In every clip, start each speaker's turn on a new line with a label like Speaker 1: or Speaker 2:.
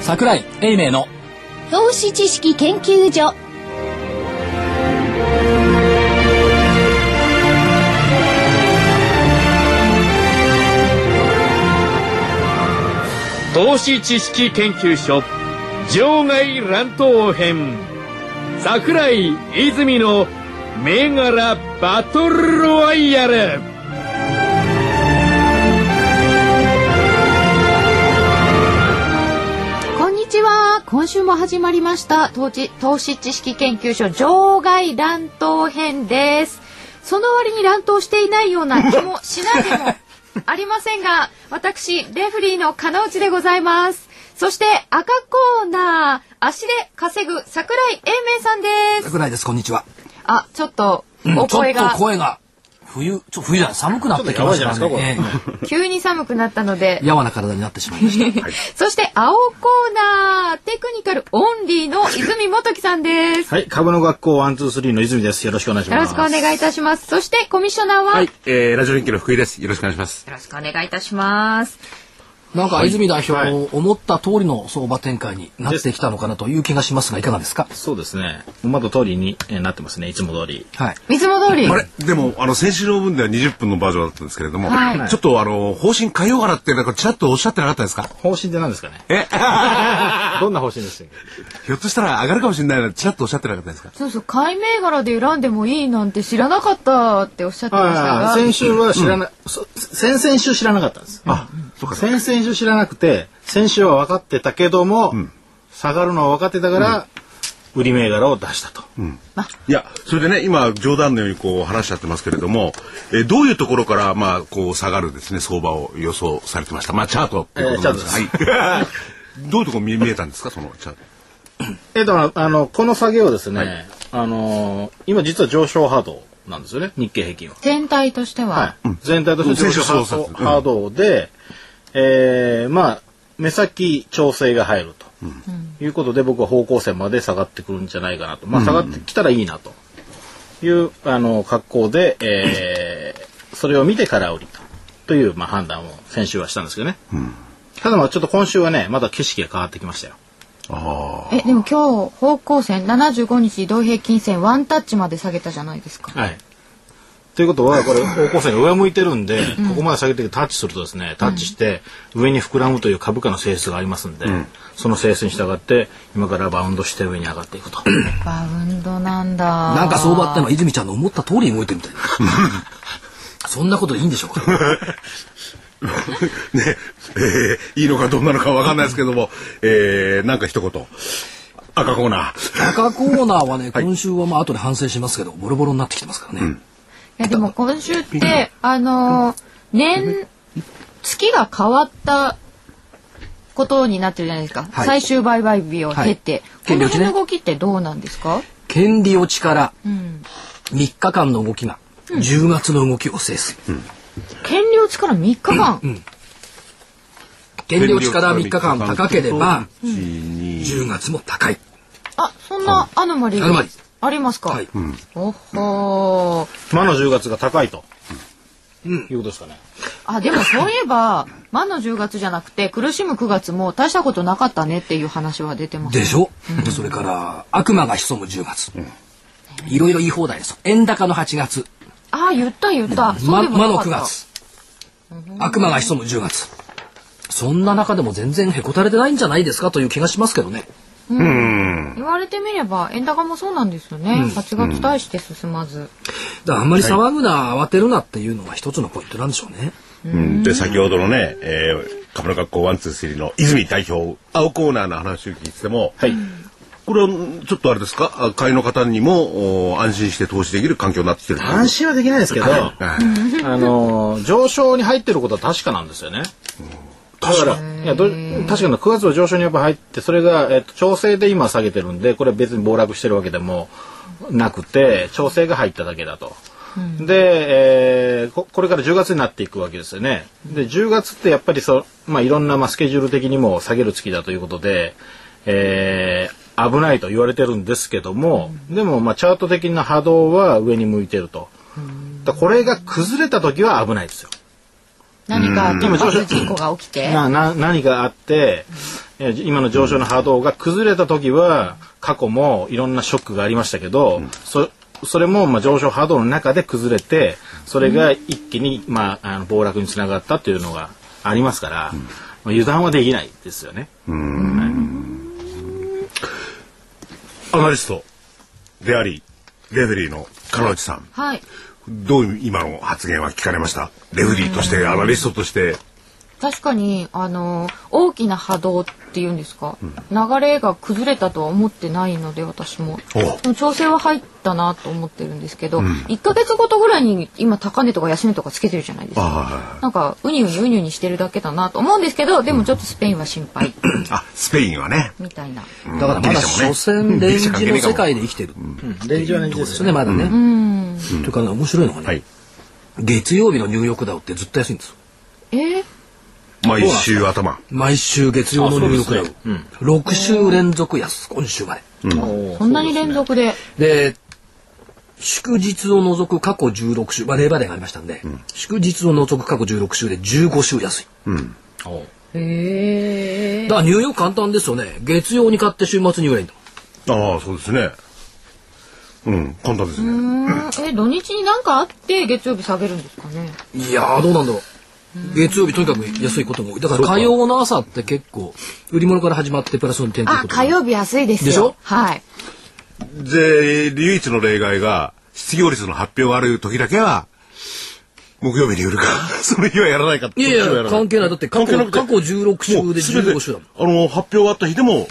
Speaker 1: 桜井英明の
Speaker 2: 投資知識研究所
Speaker 3: 投資知識研究所場外乱闘編桜井泉の銘柄バトルロワイヤル
Speaker 4: こんにちは。今週も始まりました投資投資知識研究所場外乱闘編です。その割に乱闘していないような気もしないでもありませ んが、私レフリーの金内でございます。そして赤コーナー足で稼ぐ桜井英明さんです。
Speaker 1: 桜井ですこんにちは、
Speaker 4: あ、ちょっと
Speaker 1: うん
Speaker 4: お
Speaker 1: ちょっ
Speaker 4: 声
Speaker 1: と
Speaker 4: が
Speaker 1: 声が冬ちょ冬じゃない寒くなってきました
Speaker 5: ちょっとやばいじゃない
Speaker 1: ね
Speaker 5: で
Speaker 4: 急に寒くなったので
Speaker 1: ええ、やわな体になってしまいました
Speaker 4: そして青コーナーテクニカルオンリーの泉元樹さんです。
Speaker 5: はい、株の学校ワンツースリーの泉です。よろしくお願いし
Speaker 4: よ
Speaker 5: ま
Speaker 4: ろ
Speaker 5: す。
Speaker 4: しくお願いいたします。そしてコミッショナーは、
Speaker 6: はい
Speaker 4: よ、
Speaker 6: えー、ラジオ日記の福井です。よろしくお願いします。
Speaker 4: ろしくお願いいたします。
Speaker 1: なんか泉代表、
Speaker 5: はい
Speaker 1: 思った通りの相場展開になってきたのかなという気がしますがいかがですか
Speaker 5: そうですね。馬と通りにえーなってますね。いつも通り。
Speaker 1: はい
Speaker 4: いつも通り
Speaker 6: あ。れでも、あの、先週の分では20分のバージョンだったんですけれども、
Speaker 4: はい
Speaker 6: ちょっとあの、方針変えようかなって、なんかちらっとおっしゃってなかったですか
Speaker 5: 方針って何ですかね。
Speaker 6: え
Speaker 5: どんな方針ですか。
Speaker 6: ひょっとしたら上がるかもしれないな、ちらっとおっしゃってなかったですか
Speaker 4: そうそう、買い銘柄で選んでもいいなんて知らなかったっておっしゃってました
Speaker 5: ああ、
Speaker 4: が、
Speaker 5: 先週は知らな、そ先々週知らなかったんです。
Speaker 6: あ、そうか。
Speaker 5: 先々週知らなくて、先週は分かってたけども、下がるのは分かってたから、売り銘柄を出したと。
Speaker 6: いや、それでね、今、冗談のようにこう話しちゃってますけれども、えーどういうところから、まあ、こう、下がるですね、相場を予想されてました。まあ、チャートっていうことなんです
Speaker 5: えー
Speaker 6: がはい。どういうところ 見見えたんですか、そのチャート。
Speaker 5: えっと、あの、この下げをですね、あのー、今実は上昇波動なんですよね。日経平均は。
Speaker 4: 全体としては、
Speaker 5: はい、全体として上昇波動
Speaker 6: うん
Speaker 5: 波動で、えーまあ目先調整が入ると、いうことで僕は方向線まで下がってくるんじゃないかなと、まあ、下がってきたらいいなというあの格好で、えーそれを見てから売りとという、まあ、判断を先週はしたんですけどね、ただまあちょっと今週はねまだ景色が変わってきましたよ
Speaker 4: え、でも今日、方向線75日移動平均線ワンタッチまで下げたじゃないですか。
Speaker 5: はい。ということは、これ、方向性が上向いてるんで、ここまで下げてタッチするとですね、タッチして、上に膨らむという株価の性質がありますんで、その性質に従って、今からバウンドして上に上がっていく と。
Speaker 4: バウンドなんだ。
Speaker 1: なんか相場ってのは泉ちゃんの思った通りに動いてるみたいなそんな ことでいいんでしょうか
Speaker 6: ね、えー、いいのかどうなのかわかんないですけども、えー、なんか一言。赤コーナー。
Speaker 1: 赤コーナーはね、今週はまあ後で反省しますけど、ボロボロになってきてますからね。
Speaker 4: いやでも今週ってあのー年月が変わったことになってるじゃないですか、
Speaker 1: はい
Speaker 4: 最終売買日を経て、
Speaker 1: はい
Speaker 4: この辺
Speaker 1: 権利落ちね
Speaker 4: の動きってどうなんですか、
Speaker 1: 権利落ちから
Speaker 4: うん、
Speaker 1: 3日間の動きが、10月の動きを制す。
Speaker 4: 権利落ちから3日間、
Speaker 1: 権利落ちから3日間高ければ、
Speaker 6: 1、2、
Speaker 1: 10月も高い。
Speaker 4: あそんなアノマリ
Speaker 1: アノマリ
Speaker 4: ありますか、
Speaker 1: はい
Speaker 4: おっほー
Speaker 5: 魔の10月が高いと。いうことですかね。
Speaker 4: あでもそういえば魔の10月じゃなくて苦しむ9月も大したことなかったねっていう話は出てます
Speaker 1: でしょ、それから、悪魔が潜む10月。いろいろ言い放題です。円高の8月、
Speaker 4: あ言った言った、そう
Speaker 1: ま、
Speaker 4: でもな
Speaker 1: 魔
Speaker 4: か
Speaker 1: の9
Speaker 4: った
Speaker 1: 月、悪魔が潜む10月。そんな中でも全然へこたれてないんじゃないですかという気がしますけどね。
Speaker 4: 言われてみれば円高もそうなんですよね、8月大して進まず、
Speaker 1: だからあんまり騒ぐな、慌てるなっていうのが一つのポイントなんでしょうね。
Speaker 6: うん、で、先ほどのね、えー、株の学校ワンツースリーの泉代表、青コーナーの話を聞いてても、
Speaker 5: はい。
Speaker 6: これはちょっとあれですか、あ会員の方にもお安心して投資できる環境になってきてる
Speaker 5: 安心はできないですけど、 あ
Speaker 6: はい
Speaker 5: のー、上昇に入ってることは確かなんですよね。だから、いや、ど確かの9月は上昇にやっぱ入って、それが、えっと、調整で今下げてるんで、これは別に暴落してるわけでもなくて、調整が入っただけだと。で、えーこ、これから10月になっていくわけですよね。で、10月ってやっぱりそ、まあ、いろんな、まあ、スケジュール的にも下げる月だということで、えー危ないと言われてるんですけども、でも、まあ、チャート的な波動は上に向いてると。だからこれが崩れた時は危ないですよ。
Speaker 4: 何か
Speaker 5: でも
Speaker 4: 突発事故が起きて
Speaker 5: なな何があって、えー今の上昇の波動が崩れた時は過去もいろんなショックがありましたけど、そそれもまあ上昇波動の中で崩れてそれが一気にまああの暴落につながったというのがありますから、まあ油断はできないですよね。
Speaker 6: アナリストであり、レフェリーの金内さん。
Speaker 4: はい。
Speaker 6: どういう今の発言は聞かれましたレフェリーとして、アナリストとして。
Speaker 4: 確かに、あの、大きな波動っていうんですか、流れが崩れたとは思ってないので、私も。
Speaker 6: お
Speaker 4: でも調整は入ったなと思ってるんですけど、1ヶ月ごとぐらいに今高値とか安値とかつけてるじゃないですか。
Speaker 6: あ
Speaker 4: なんか、うにうにうにうにしてるだけだなと思うんですけど、でもちょっとスペインは心配、
Speaker 6: あ、スペインはね。
Speaker 4: みたいな。
Speaker 6: うん
Speaker 1: だからまだ、所詮、レンジの世界で生きてる。
Speaker 5: レンジはレンジ
Speaker 1: そうで
Speaker 5: で
Speaker 1: すすよね、まだね。というかね、面白いのがね、
Speaker 6: はい。
Speaker 1: 月曜日のニューヨークダウってずっと安いんですよ。
Speaker 4: えー、
Speaker 6: 毎週頭。
Speaker 1: 毎週月曜のニューヨークダウ。6週連続安、今週まで。
Speaker 4: そんなに連続で。
Speaker 1: で、祝日を除く過去16週、まあ、例バレがありましたんで、祝日を除く過去16週で15週安い。
Speaker 4: へえ。
Speaker 1: だからニューヨーク簡単ですよね。月曜に買って週末に売れんと。
Speaker 6: ああ、そうですね。うん、簡単ですね。
Speaker 4: え、土日になんかあって、月曜日下げるんですかね。
Speaker 1: いやー、どうなんだろう。月曜日とにかく安いことも多い。だから火曜の朝って結構、売り物から始まってプラスに転という
Speaker 4: あ、
Speaker 1: ことが
Speaker 4: 火曜日安いですよ。
Speaker 1: でしょ
Speaker 4: はい。
Speaker 6: で、唯一の例外が、失業率の発表がある時だけは、木曜日に売るか、 その日はやらないかって
Speaker 1: いやいや、関係ない。だって過去、
Speaker 6: 関係な
Speaker 1: 過
Speaker 6: く
Speaker 1: 去
Speaker 6: て
Speaker 1: 16週で15週だもん。
Speaker 6: あの、発表があった日でも、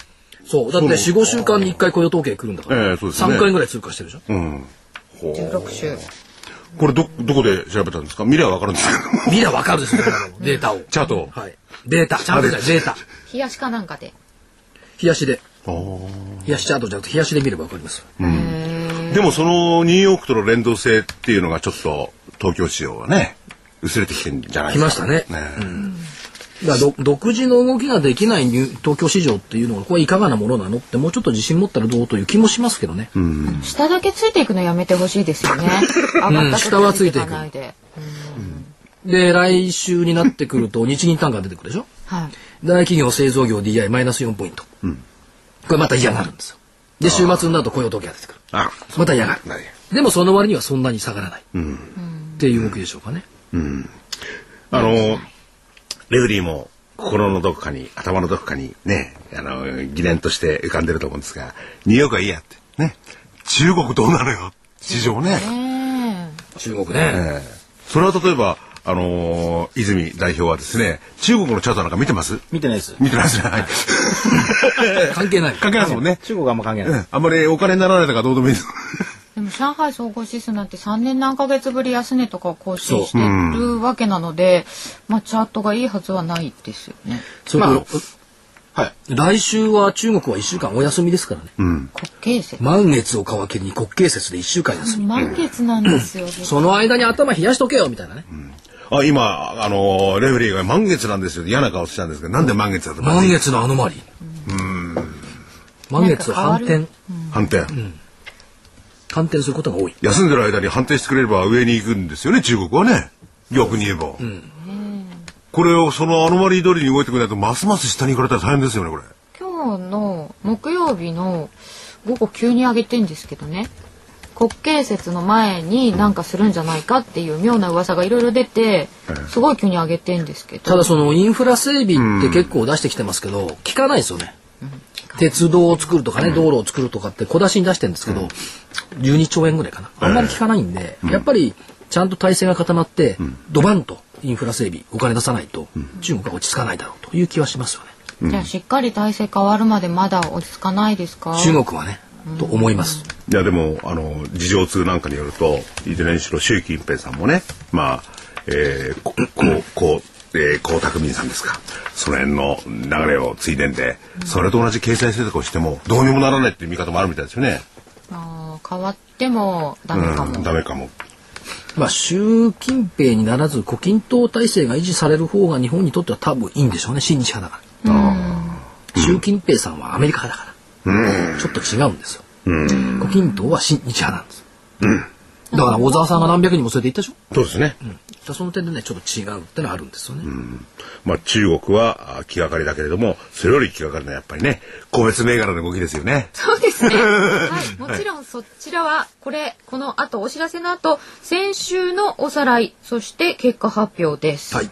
Speaker 1: そう。だって4、5週間に1回雇用統計来るんだから。
Speaker 6: ええそうですね
Speaker 1: 3回ぐらい通過してるじゃん。
Speaker 6: うん。ほう
Speaker 4: 16週。
Speaker 6: これど、どこで調べたんですか見りゃわかる んですけど。
Speaker 1: 見りゃわかるですよ、データを。
Speaker 6: チャートを
Speaker 1: はい。データ、チャートじゃない、データ。
Speaker 4: 冷やしかなんかで。
Speaker 1: 冷やしで。
Speaker 6: あ
Speaker 1: 冷やしチャートじゃなくて、冷やしで見ればわかりますよ。
Speaker 6: あでもそのニューヨークとの連動性っていうのがちょっと東京市場はね、薄れてきてんじゃない
Speaker 1: 来
Speaker 6: で
Speaker 1: ますし
Speaker 6: か。
Speaker 1: たね。
Speaker 6: ね
Speaker 1: だからど独自の動きができないニュー東京市場っていうのはこれいかがなものなのってもうちょっと自信持ったらどうという気もしますけどね、
Speaker 4: 下だけついていくのやめてほしいですよね。上がった時
Speaker 1: 下はついていく
Speaker 4: かないで。
Speaker 1: で来週になってくると日銀単価出てくるでしょ
Speaker 4: はい。
Speaker 1: 大企業製造業 DI マイナス4ポイント、これまた嫌がるんですよで週末になると雇用統計が出てくる
Speaker 6: あ、
Speaker 1: また嫌がる
Speaker 6: はい
Speaker 1: でもその割にはそんなに下がらない、っていう動きでしょうかね、
Speaker 6: あの、レフェリーも心のどこかに、頭のどこかにね、あの、疑念として浮かんでると思うんですが、ニューヨークはいいやって。ね。中国どうなのよ市場ね。
Speaker 1: 中国ね、
Speaker 6: ええそれは例えば、あのー泉代表はですね、中国のチャートなんか見てます
Speaker 5: 見てないです。
Speaker 6: 見てないですね。はい
Speaker 1: 関係ない
Speaker 6: 関係ないですもんね。
Speaker 5: 中国はあんま関係ない。
Speaker 6: うんあんまりお金にならないとかどうでもいいです。
Speaker 4: でも上海総合指数なんて3年何ヶ月ぶり安値とかを更新してるわけなので、まあチャートがいいはずはないですよね。
Speaker 1: それ
Speaker 5: まあ
Speaker 1: と
Speaker 5: はい。
Speaker 1: 来週は中国は1週間お休みですからね、
Speaker 4: 国慶節。
Speaker 1: 満月を皮切りに国慶節で1週間休み
Speaker 4: 満月なんです よ。
Speaker 1: その間に頭冷やしとけよみたいなね。
Speaker 6: あ、今、あのーレフェリーが満月なんですよ。嫌な顔してたんですけど、なんで満月だと
Speaker 1: 満月のアノマリー。満月は反
Speaker 4: なん
Speaker 1: 転、
Speaker 6: 反転、
Speaker 1: 反転することが多い。
Speaker 6: 休んでる間に反転してくれれば上に行くんですよね、中国はね。逆に言えば。これをそのアノマリー通りに動いてくれないと、ますます下に行かれたら大変ですよね、これ。
Speaker 4: 今日の木曜日の午後急に上げてんですけどね国慶節の前になんかするんじゃないかっていう妙な噂がいろいろ出てすごい急に上げてんですけ
Speaker 1: た
Speaker 4: ど
Speaker 1: だそのインフラ整備って結構出してきてますけど、効かないですよね。鉄道を作るとかね、道路を作るとかって小出しに出してるんですけど、12兆円ぐらいかな。あんまり効かないんで、やっぱりちゃんと体制が固まって、ドバンとインフラ整備、お金出さないと、中国は落ち着かないだろうという気はしますよね。
Speaker 4: じゃあしっかり体制変わるまでまだ落ち着かないですか
Speaker 1: 中国はね、と思います。
Speaker 6: いやでもあの事情通なんかによるといずれにしろ習近平さんもねまあ、えー、こここう、えー、江沢民さんですかその辺の流れを継いでんでそれと同じ経済政策をしてもどうにもならないっていう見方もあるみたいですよね。
Speaker 4: あー変わってもダ
Speaker 6: う
Speaker 4: メかも、
Speaker 6: ん、ダメかも。
Speaker 1: まあ、習近平にならず胡錦涛体制が維持される方が日本にとっては多分いいんでしょうね親日派だから、習近平さんはアメリカ派だから、ちょっと違うんですよ、胡錦涛は親日派なんです、だから小沢さんが何百人も連れて行ったでしょ
Speaker 6: そうですね。
Speaker 1: だその点でねちょっと違うってのはあるんですよね。
Speaker 6: まあ、中国はあ気がかりだけれども、それより気がかりなやっぱりね、個別銘柄の動きですよね。
Speaker 4: そうですね。 はい、もちろんそちらはこれこの後お知らせの後先週のおさらいそして結果発表です。
Speaker 1: はい。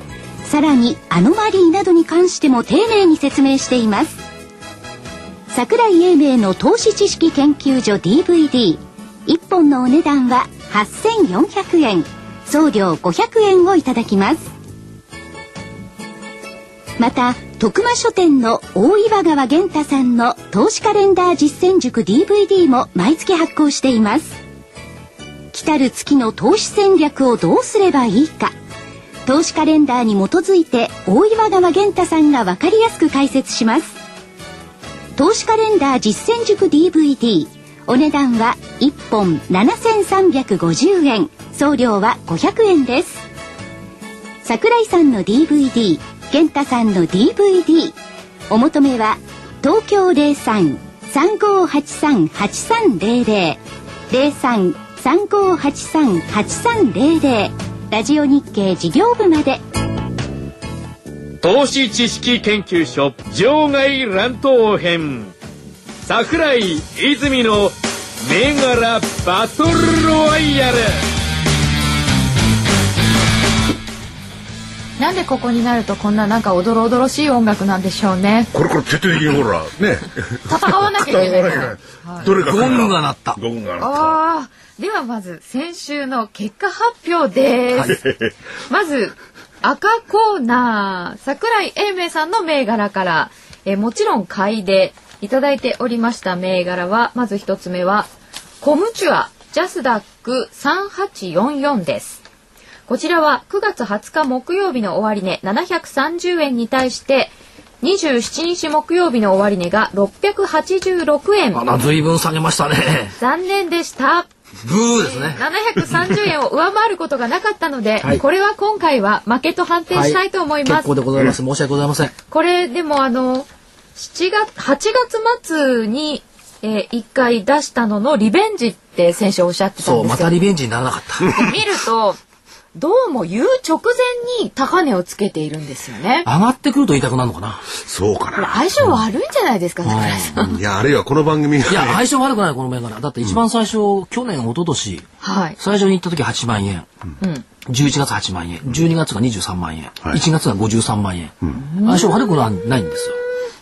Speaker 2: さらにアノマリーなどに関しても丁寧に説明しています桜井英明の投資知識研究所 DVD1 本のお値段は8400円送料500円をいただきますまた徳間書店の大岩川源太さんの投資カレンダー実践塾 DVD も毎月発行しています来たる月の投資戦略をどうすればいいか投資カレンダーに基づいて大岩川源太さんが分かりやすく解説します投資カレンダー実践塾 DVD お値段は1本7350円送料は500円です桜井さんの DVD 健太さんの DVD お求めは東京03-3583-8300 03-3583-8300ラジオ日経事業部まで
Speaker 3: 投資知識研究所場外乱闘編桜井泉の銘柄バトルロワイヤル
Speaker 4: なんでここになるとこんななんかおどろおどろしい音楽なんでしょうね。
Speaker 6: これから徹底的にほら、ね。
Speaker 4: 戦わなきゃいけないから。
Speaker 6: どれが
Speaker 1: ゴングが鳴った
Speaker 6: ゴングが鳴った。
Speaker 4: ああ、ではまず先週の結果発表です。まず赤コーナー、桜井英明さんの銘柄から、えーもちろん買いでいただいておりました銘柄は、まず一つ目は、コムチュア、ジャスダック3844です。こちらは9月20日木曜日の終値730円に対して、27日木曜日の終値が686円。
Speaker 1: あら随分下げましたね。
Speaker 4: 残念でした。
Speaker 1: ブーですね。
Speaker 4: 730円を上回ることがなかったので、これは今回は負けと判定したいと思います。
Speaker 1: 結構でございます。申し訳ございません。
Speaker 4: これでもあの7月8月末に、えー、1回出したののリベンジって先週おっしゃってた
Speaker 1: そ
Speaker 4: ん
Speaker 1: う、
Speaker 4: で
Speaker 1: ますた
Speaker 4: よ。
Speaker 1: リベンジにならなかった。
Speaker 4: で見るとどうも言う直前に高値をつけているんですよね。
Speaker 1: 上がってくると言いたくなるのかな。
Speaker 6: そうかな。
Speaker 4: 相性悪いんじゃないですか、桜井さん。
Speaker 6: いや、あるいはこの番組が
Speaker 1: いや、
Speaker 6: ね、
Speaker 1: 相性悪くない、この銘柄。だって一番最初、去年、一昨年
Speaker 4: はい。
Speaker 1: 最初に行った時8万円。11月8万円。12月が23万円。
Speaker 6: い
Speaker 1: 1月が53万円。相性悪くはないんですよ。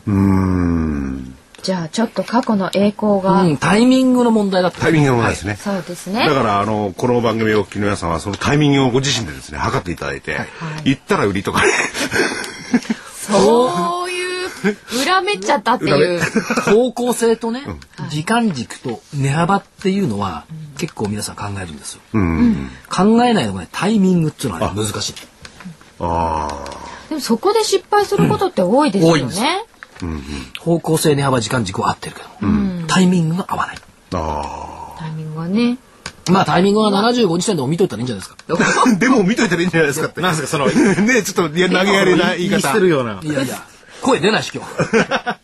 Speaker 6: うーん。
Speaker 4: じゃあちょっと過去の栄光が、
Speaker 1: うん、タイミングの問題だって。
Speaker 6: タイミングが問題ですね。
Speaker 4: そうですね
Speaker 6: だ。からあのこの番組をお聞きの皆さんはそのタイミングをご自身でですね測っていただいて、行ったら売りとかね
Speaker 4: そ ういう恨めっちゃったっていう。
Speaker 1: 方向性とね、時間軸と値幅っていうのは、結構皆さん考えるんですよ。考えないのがね、タイミングっていうのはね、難しい。
Speaker 6: あ
Speaker 4: でもそこで失敗することって多いですよ
Speaker 1: うん多いんです
Speaker 4: ね。
Speaker 1: 方向性、値幅、時間軸は合ってるけど、タイミングが合わない。
Speaker 6: ーあ
Speaker 4: タイミングはね。
Speaker 1: まあ、タイミングは75日点でも見といたらいいんじゃないですか。
Speaker 6: ー でも見といたらいいんじゃないですかって
Speaker 5: なんですかその
Speaker 6: ねちょっといや投げやりな言い
Speaker 5: 言い捨
Speaker 6: 方
Speaker 5: てるようない
Speaker 1: やいや、声出ないし今日。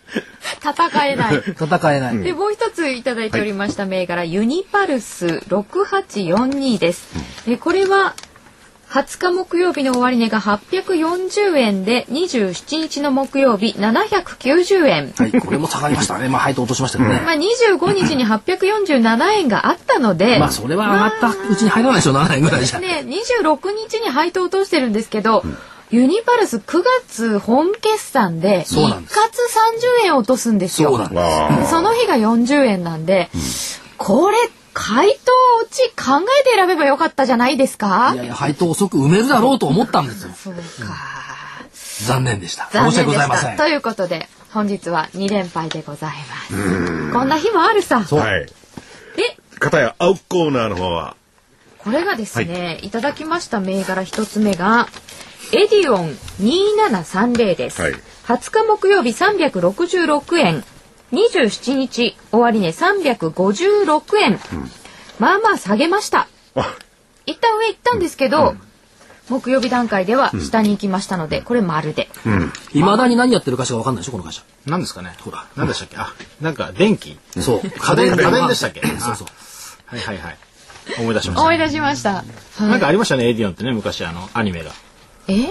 Speaker 4: 戦えない。
Speaker 1: 戦えない。
Speaker 4: で、もう一ついただいておりました銘柄、ユニパルス6842です。えこれは、20日木曜日の終値が840円で、27日の木曜日790円。
Speaker 1: はい、これも下がりましたね。まあ、配当落としましたけどね。
Speaker 4: まあ、25日に847円があったので、
Speaker 1: まあ、それは上がったうちに入らないでしょ、7円ぐらいじゃ。
Speaker 4: ね、26日に配当落としてるんですけど、ユニパルス9月本決算で一
Speaker 1: そうな
Speaker 4: 括30
Speaker 1: んです
Speaker 4: 円落とすんですよ。
Speaker 1: そうなんです。
Speaker 6: あ
Speaker 4: その日が40円なんで、これ回答落ち考えて選べばよかったじゃないですか
Speaker 1: いやいや、配当遅く埋めるだろうと思ったんですよ。
Speaker 4: そうか。
Speaker 1: 残念でした。
Speaker 4: 残
Speaker 1: 申し
Speaker 4: 念
Speaker 1: 訳
Speaker 4: で
Speaker 1: ございま
Speaker 4: し
Speaker 1: せ
Speaker 4: た。
Speaker 1: ん。
Speaker 4: ということで、本日は2連敗でございます。こんな日もあるさ。
Speaker 6: はい。
Speaker 4: え、
Speaker 6: 片や青コーナーの方は、
Speaker 4: これがですね、い、ただきました銘柄一つ目が、エディオン2730です。
Speaker 6: はい
Speaker 4: 20日木曜日366円、27日終値356円、まあまあ下げました。
Speaker 6: あ
Speaker 4: 一旦上行ったんですけど、木曜日段階では下に行きましたので、これ丸で。
Speaker 1: いまだに何やってる会社が分かんないでしょこの会社
Speaker 5: 何ですかね
Speaker 1: ほら
Speaker 5: 何でしたっけあ、なんか電気
Speaker 1: そう
Speaker 5: 家電、家電でしたっけ
Speaker 1: そうそう
Speaker 5: あはいはいはい。思い出しまし
Speaker 4: 思
Speaker 5: た。
Speaker 4: い出しました。はい
Speaker 5: なんかありましたね、エディオンってね、昔あの、アニメが。
Speaker 4: え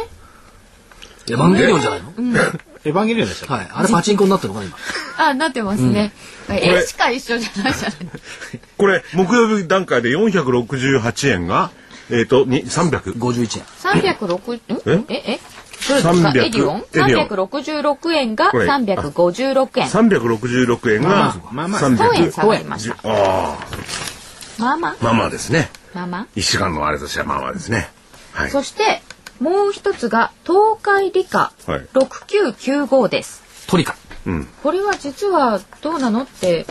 Speaker 1: エヴァンゲリオンじゃないの
Speaker 5: エヴァンゲリオンでしたっけ
Speaker 1: はいあれパチンコになってるのかな今
Speaker 4: あ、なってますね。絵しか一緒じゃないじゃない。
Speaker 6: これ、木曜日段階で468円が、えっ、と、に300。
Speaker 1: 51円
Speaker 4: 三百六えええどれですか
Speaker 6: 300
Speaker 4: エディオン
Speaker 6: エ
Speaker 4: 三
Speaker 6: ディオン
Speaker 4: 百六十六円が
Speaker 6: これ
Speaker 4: 三百五十六円
Speaker 6: 366円が300。
Speaker 5: まあまあ
Speaker 4: 当円下がりました
Speaker 6: ああ、
Speaker 4: まあまあ
Speaker 6: まあまあですね。
Speaker 4: まあま
Speaker 6: 一週間のあれとしてはまあまあですね。は
Speaker 4: あ
Speaker 6: い。
Speaker 4: そしてもう一つが東海理科
Speaker 6: はい
Speaker 4: 六九九五です
Speaker 1: トリカ
Speaker 6: うん。
Speaker 4: これは実はどうなのって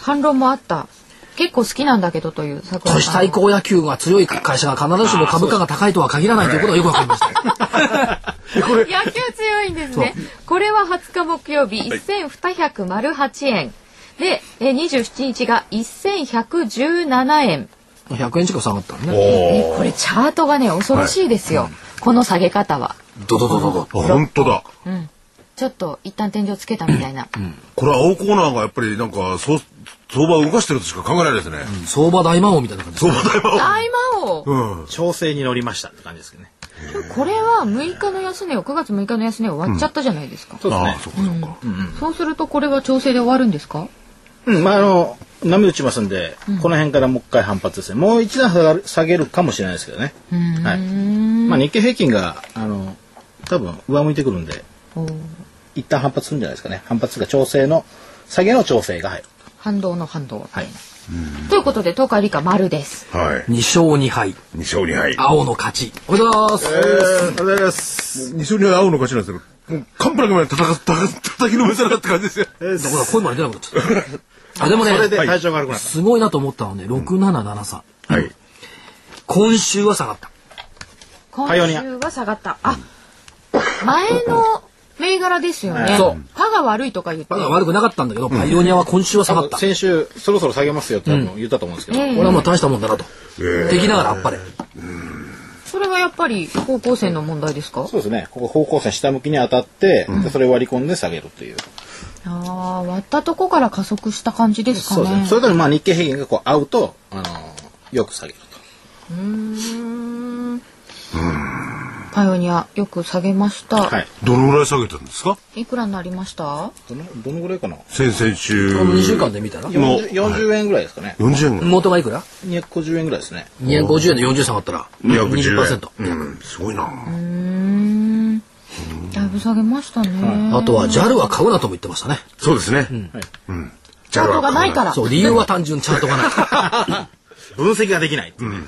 Speaker 4: 反論もあった結構好きなんだけどという桜
Speaker 1: 都
Speaker 4: 井
Speaker 1: 市
Speaker 4: さん
Speaker 1: 対抗野球が強い会社が必ずしも株価が高いとは限らないということがよく分かりました
Speaker 4: 野球強いんですね。これは20日木曜日1208円。で、えー27日が1117円。
Speaker 1: 100円近く下がったのね
Speaker 6: お
Speaker 4: これチャートがね恐ろしいですよ、この下げ方は
Speaker 1: ドドドドド
Speaker 6: お。本当だ。
Speaker 4: ちょっと一旦天井つけたみたいな、
Speaker 6: これ青コーナーがやっぱりなんか、そう、相場を動かしてるとしか考えないですね。
Speaker 1: 相場大魔王みたいな感じ
Speaker 6: 相場だよ。
Speaker 4: 大魔王、
Speaker 5: 調整に乗りましたって感じですけどね。
Speaker 4: これは6日の安値を9月6日の安値を割っちゃったじゃないですか、
Speaker 5: そうです
Speaker 6: ああ、
Speaker 5: ね。
Speaker 6: そっかそっか。
Speaker 4: そうするとこれは調整で終わるんですか
Speaker 5: うん、まああの、波打ちますんで、この辺からもう一回反発ですね。もう一段下がる下げるかもしれないですけどね。はい。まあ日経平均が、あの、多分上向いてくるんで、
Speaker 4: おー
Speaker 5: 一旦反発するんじゃないですかね。反発が調整の、下げの調整が入る。
Speaker 4: 反動の反動みたいな、
Speaker 5: は
Speaker 4: ということで東海理科丸です
Speaker 6: はい。
Speaker 1: 2勝2敗
Speaker 6: 2勝2敗。
Speaker 1: 青の勝ちおめでとうございます
Speaker 6: ありがとうございます。2勝2敗青の勝ちなんですけど、もう、カンパラまで叩か、叩か叩きのめされたって感じですよ。
Speaker 1: どこだ声まで出なくなっちゃ ったあでもね
Speaker 5: それで体調が悪くなった。
Speaker 1: すごいなと思ったのはね6773
Speaker 6: はい。
Speaker 1: 今週は下がった
Speaker 4: 今
Speaker 5: パイオニア
Speaker 4: 週は下がったあ前の銘柄ですよね
Speaker 1: そう
Speaker 4: 歯が悪いとか言って
Speaker 1: まだ悪くなかったんだけどパイオニアは今週は下がったこ
Speaker 5: 先週そろそろ下げますよって多分言ったと思うんですけど、
Speaker 4: ええ
Speaker 1: れはまあ大したもんだなと
Speaker 6: え
Speaker 1: できながらあっぱれ
Speaker 4: それはやっぱり方向性の問題ですか
Speaker 5: そうですねここ方向線下向きに当たって、でそれを割り込んで下げるという、
Speaker 4: あー割ったとこから加速した感じですか
Speaker 5: そうですね
Speaker 4: ね
Speaker 5: それともまあ日経平均がこう合うと、あのーよく下げる
Speaker 4: パイオニアよく下げました、
Speaker 5: とはい
Speaker 6: どのぐらい下げたんですか
Speaker 4: い、くらになりました
Speaker 5: どのどのぐらいかな
Speaker 6: 先々週。
Speaker 1: この2週間で見たら
Speaker 6: もう
Speaker 5: 40, 40円ぐらいですかね、
Speaker 6: 40円ぐらい。
Speaker 1: 元がいくら
Speaker 5: 250円ぐらいですね
Speaker 1: 250円で40下がったら
Speaker 6: 210
Speaker 1: 20%、
Speaker 6: 円。うん、すごいな。
Speaker 4: だいぶ下げましたね、
Speaker 1: あとは JAL は買うなとも言ってましたね
Speaker 6: そうですね。うん。チ
Speaker 4: チャートがないから
Speaker 1: そう理由は単純チャートがない
Speaker 5: 分析ができないっていうね、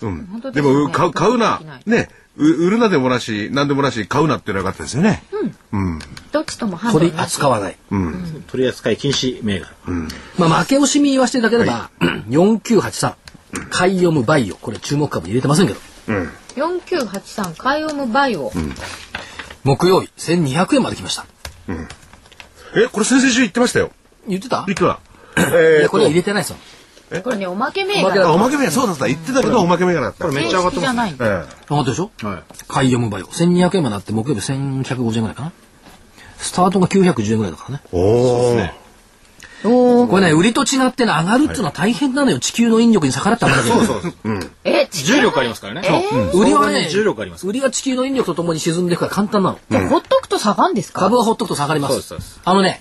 Speaker 4: 本当
Speaker 6: で
Speaker 4: ですね
Speaker 6: も、う買う、買うな
Speaker 4: できい。
Speaker 6: ね。う売るなでもなし、なんでもなし、買うなっていうのは良かったですよね。
Speaker 4: どっちとも判
Speaker 1: 取り
Speaker 4: 断なし
Speaker 1: 扱わない
Speaker 5: 取り扱い禁止銘柄、
Speaker 1: まあ負け惜しみ言わせていただければ4983買い読むバイオこれ注目株に入れてませんけど
Speaker 4: 4983カイオムバイオ、
Speaker 1: 木曜日1200円まで来ました
Speaker 6: え、これ先々週言ってましたよ。
Speaker 1: 言ってた
Speaker 6: いくら
Speaker 1: い
Speaker 6: え
Speaker 1: や
Speaker 6: ー
Speaker 1: これは入れてないですよ
Speaker 4: これねおまけ銘
Speaker 1: おまけだ
Speaker 4: 柄
Speaker 6: あおまけ目そうだった。言ってたけど、おまけ目がだった。
Speaker 5: これめっちゃ上がっ
Speaker 4: 正式
Speaker 5: て
Speaker 4: じ
Speaker 5: ま
Speaker 4: ゃ
Speaker 5: すね
Speaker 4: ない、
Speaker 6: ええ
Speaker 1: 上がったでしょ
Speaker 5: はい
Speaker 1: 買い読むバイオ1200円まであって木曜日1150円ぐらいかなスタートが910円ぐらいだからね
Speaker 6: おー。
Speaker 4: おー
Speaker 1: これね売りと違ってね上がるっていうのは大変なのよ地球の引力に逆らったら上がるわけだ
Speaker 5: そうそう
Speaker 4: えち
Speaker 5: 重力ありますからね、
Speaker 1: けど売りは
Speaker 5: 相場
Speaker 1: ね
Speaker 5: に重力あります
Speaker 1: 売りは地球の引力とともに沈んでいくから簡単なの
Speaker 4: じゃあほっとくと下がんですか
Speaker 1: 株はほっとくと下がりま
Speaker 5: そうです
Speaker 1: す
Speaker 5: そうです
Speaker 1: あのね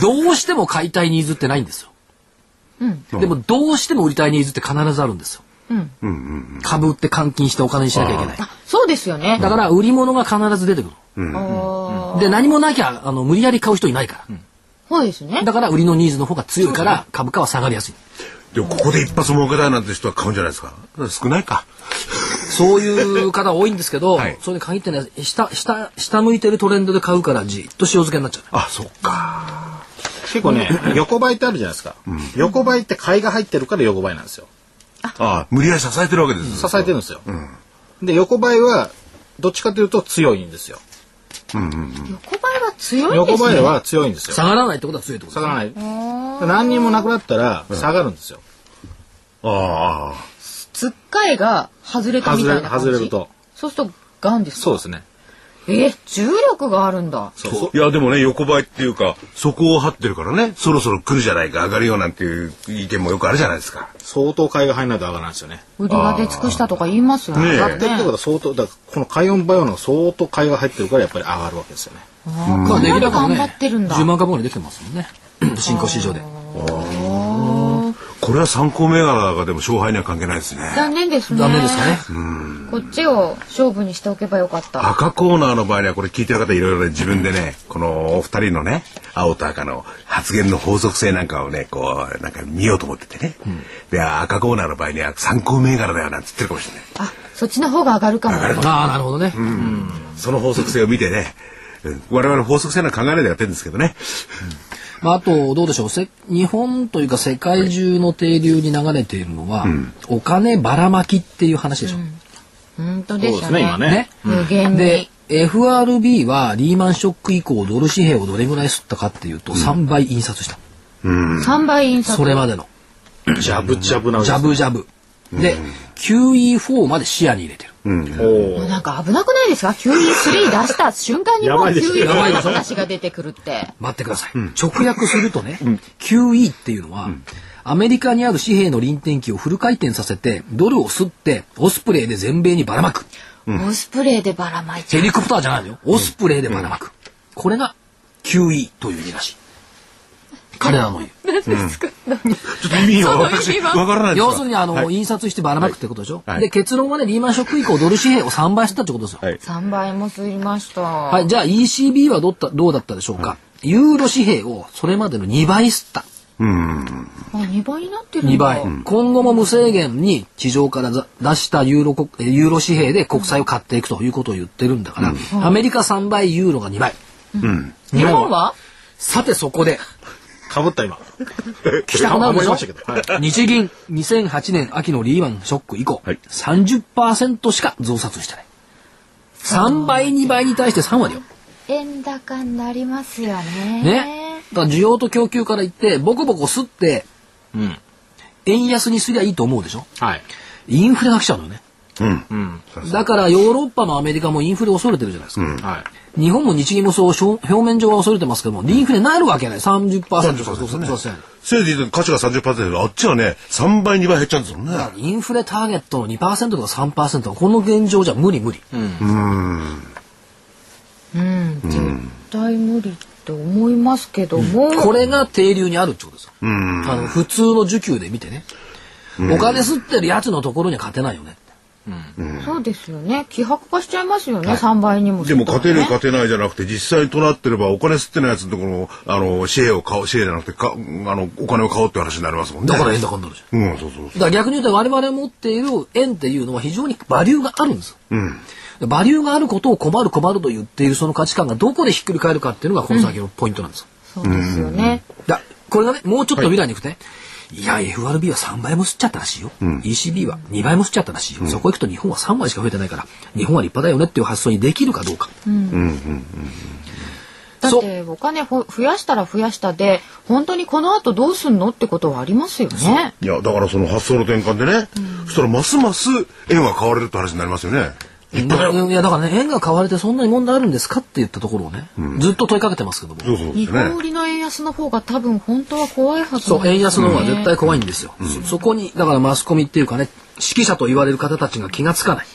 Speaker 1: どうしても買いたいニーズってないんですよでもどうしても売りたいニーズって必ずあるんですよ
Speaker 4: うん
Speaker 1: 株売って換金してお金にしなきゃいけない
Speaker 4: あそうですよね
Speaker 1: だから売り物が必ず出てくる
Speaker 4: あー
Speaker 1: で何もなきゃあの無理やり買う人いないから
Speaker 4: そうですね
Speaker 1: だから売りのニーズの方が強いから株価は下がりやすい。
Speaker 6: でもここで一発儲けたいなんて人は買うんじゃないですか。少ないか。
Speaker 1: そういう方多いんですけど、
Speaker 6: はい
Speaker 1: それに限ってね下下下向いてるトレンドで買うからじっと塩漬けになっちゃう
Speaker 6: あ、そっか。
Speaker 5: 結構ね、横ばいってあるじゃないですか。横ばいって買いが入ってるから横ばいなんですよ。
Speaker 6: あ、無理やり支えてるわけです。
Speaker 5: 支えてるんですよ。で、横ばいは、どっちかというと強いんですよ。
Speaker 4: 横ばいは強いんで
Speaker 5: 横
Speaker 4: す
Speaker 5: ば
Speaker 4: ね
Speaker 5: いは強いんですよ。
Speaker 1: 下がらないってことは強いってこと
Speaker 5: 下がらない。何にもなくなったら下がるんですよ。
Speaker 6: ああ。
Speaker 4: つっかえが外れたみたいな感じ
Speaker 5: 外れ外れると
Speaker 4: そうするとガンですか
Speaker 5: そうですね。
Speaker 4: え重力があるんだ
Speaker 5: そう
Speaker 6: いや、でもね、横ばいっていうか、そこを張ってるからね、そろそろ来るじゃないか、上がるよなんていう意見もよくあるじゃないですか。
Speaker 5: 相当買いが入らないと上がらないんですよね。
Speaker 4: 腕が出尽くしたとか言いますよ
Speaker 6: ねえ
Speaker 4: ね
Speaker 5: 上がってるってことは相当、だからこの海音バイオの相当買いが入ってるからやっぱり上がるわけですよね。
Speaker 1: まあ、出来高もね
Speaker 4: 頑張ってるんだ
Speaker 1: 10万株ぐらいできてますもんね新興市場で
Speaker 6: これは参考銘柄がでも勝敗には関係ないですね。
Speaker 4: 残念ですね
Speaker 1: 残念ですかね
Speaker 4: こっちを勝負にしておけばよかった
Speaker 6: 赤コーナーの場合にはこれ聞いてる方いろいろね自分でねこのお二人のね青と赤の発言の法則性なんかをねこうなんか見ようと思っててね、で赤コーナーの場合には参考銘柄だよなんて言ってるかもしれない
Speaker 4: あそっちの方が上がるかも
Speaker 1: ああなるほどね、
Speaker 6: その法則性を見てね、うん我々法則性なんか考えないでやってるんですけどね
Speaker 1: まあ、あとどうでしょうせ日本というか世界中の停留に流れているのは、お金ばらまきっていう話でしょ、
Speaker 4: 本当で
Speaker 5: そう
Speaker 4: し
Speaker 5: で
Speaker 4: た
Speaker 5: すね、今
Speaker 4: ね
Speaker 5: ね
Speaker 1: ね。
Speaker 4: 無限
Speaker 1: で
Speaker 4: に
Speaker 1: FRB はリーマンショック以降ドル紙幣をどれぐらい吸ったかっていうと3倍印刷した、
Speaker 4: 3倍印刷
Speaker 1: それまでの
Speaker 5: ジャブジャブなんです
Speaker 1: ジ
Speaker 5: よ
Speaker 1: ャブジャブで QE4 まで視野に入れてる
Speaker 5: おー
Speaker 4: なんか危なくないですか急に3出した瞬間にもう
Speaker 5: やばいですよ
Speaker 4: 9位の
Speaker 5: やばいで
Speaker 4: 話が出てくるって
Speaker 1: 待ってください、直訳するとね、QE っていうのは、アメリカにある紙幣の輪転機をフル回転させてドルを吸ってオスプレイで全米にばらまく
Speaker 4: オスプレイでばらまいちゃ
Speaker 1: ヘリコプターじゃないのよ。オスプレイでばらまく。これが QE という意味らしい。彼らの言う。
Speaker 6: ちょっと意味が私わからないです
Speaker 1: 要するに、あの、
Speaker 6: はい
Speaker 1: 印刷してばらまくってことでしょ、
Speaker 6: はい
Speaker 1: で、結論はね、リーマンショック以降、ドル紙幣を3倍吸ったってことですよ。
Speaker 6: は
Speaker 1: はいい、
Speaker 4: う3倍も吸いました、
Speaker 1: じゃあ ECB はどうだったどうだったでしょうか、ユーロ紙幣をそれまでの2倍吸った。
Speaker 4: あ2倍になってるん
Speaker 1: 2
Speaker 4: だ
Speaker 1: 倍。今後も無制限に地上からざ出したユーロ国、えユーロ紙幣で国債を買っていくということを言ってるんだから、アメリカ3倍、ユーロが2倍。
Speaker 4: 日本は
Speaker 1: さてそこで、
Speaker 5: かぶった今。
Speaker 1: 来たくなるでしょ
Speaker 5: 思いましたけどはい
Speaker 1: 日銀2008年秋のリーマンショック以降、
Speaker 6: はい
Speaker 1: 30%しか増刷してない3倍2倍に対して3割よ、
Speaker 4: 円高になりますよね
Speaker 1: ね、だから需要と供給から言ってボコボコ吸って
Speaker 5: うん。
Speaker 1: 円安にすりゃいいと思うでしょ
Speaker 5: はい。
Speaker 1: インフレが来ちゃうのよね
Speaker 6: うん
Speaker 5: うん。
Speaker 1: だからヨーロッパもアメリカもインフレ恐れてるじゃないですか、
Speaker 5: はい。
Speaker 1: 日本も日銀もそう表表面上は恐れてますけどもインフレになるわけない30%増
Speaker 6: そうですね
Speaker 1: 刷してない
Speaker 6: せいで言うと価値が30%であっちはね3倍2倍減っちゃうんですよね
Speaker 1: インフレターゲットの2%とか3%はこの現状じゃ無理無理、
Speaker 4: うん絶対無理って思いますけども、
Speaker 1: これが停留にあるってことですよ。あの普通の受給で見てね。お金吸ってるやつのところには勝てないよね。
Speaker 4: そうですよね希薄化しちゃいますよね、三3倍にもす
Speaker 6: で
Speaker 4: る
Speaker 6: も
Speaker 4: とね
Speaker 6: 勝てる勝てないじゃなくて実際にとなってればお金吸ってないやつのところをあの紙幣を買おう紙幣じゃなくてかあのお金を買おうって話になりますもんね
Speaker 1: だから円高になるじゃん。
Speaker 6: うんそうそう
Speaker 1: だから逆に言うと我々持っている円っていうのは非常にバリューがあるんですよ。バリューがあることを困る困ると言っているその価値観がどこでひっくり返るかっていうのがこの先のポイントなんですよ。
Speaker 4: そうですよね、
Speaker 1: だこれがねもうちょっと未来に行くとね、い、や FRB は3倍も吸っちゃったらしいよ、ECB は2倍も吸っちゃったらしいよ、そこ行くと日本は3倍しか増えてないから日本は立派だよねっていう発想にできるかどうか。
Speaker 4: だっ
Speaker 1: そう
Speaker 4: てお金ほ増やしたら増やしたで本当にこの後どうすんのってことはありますよね
Speaker 6: いやだからその発想の転換でね、そしたらますます円は買われるって話になりますよね。立派だよ。
Speaker 1: いやだからね円が買われてそんなに問題あるんですかって言ったところをね、ずっと問いかけてますけども
Speaker 6: そうそうで
Speaker 4: 日
Speaker 6: すよ
Speaker 4: 本
Speaker 6: ね。
Speaker 4: 売りの円安の方が多分本当は怖いはず
Speaker 1: そ
Speaker 4: なん
Speaker 1: う
Speaker 4: ですよね
Speaker 1: 円安の方が絶対怖いんですよ、そそこにだからマスコミっていうかね指揮者と言われる方たちが気がつかない、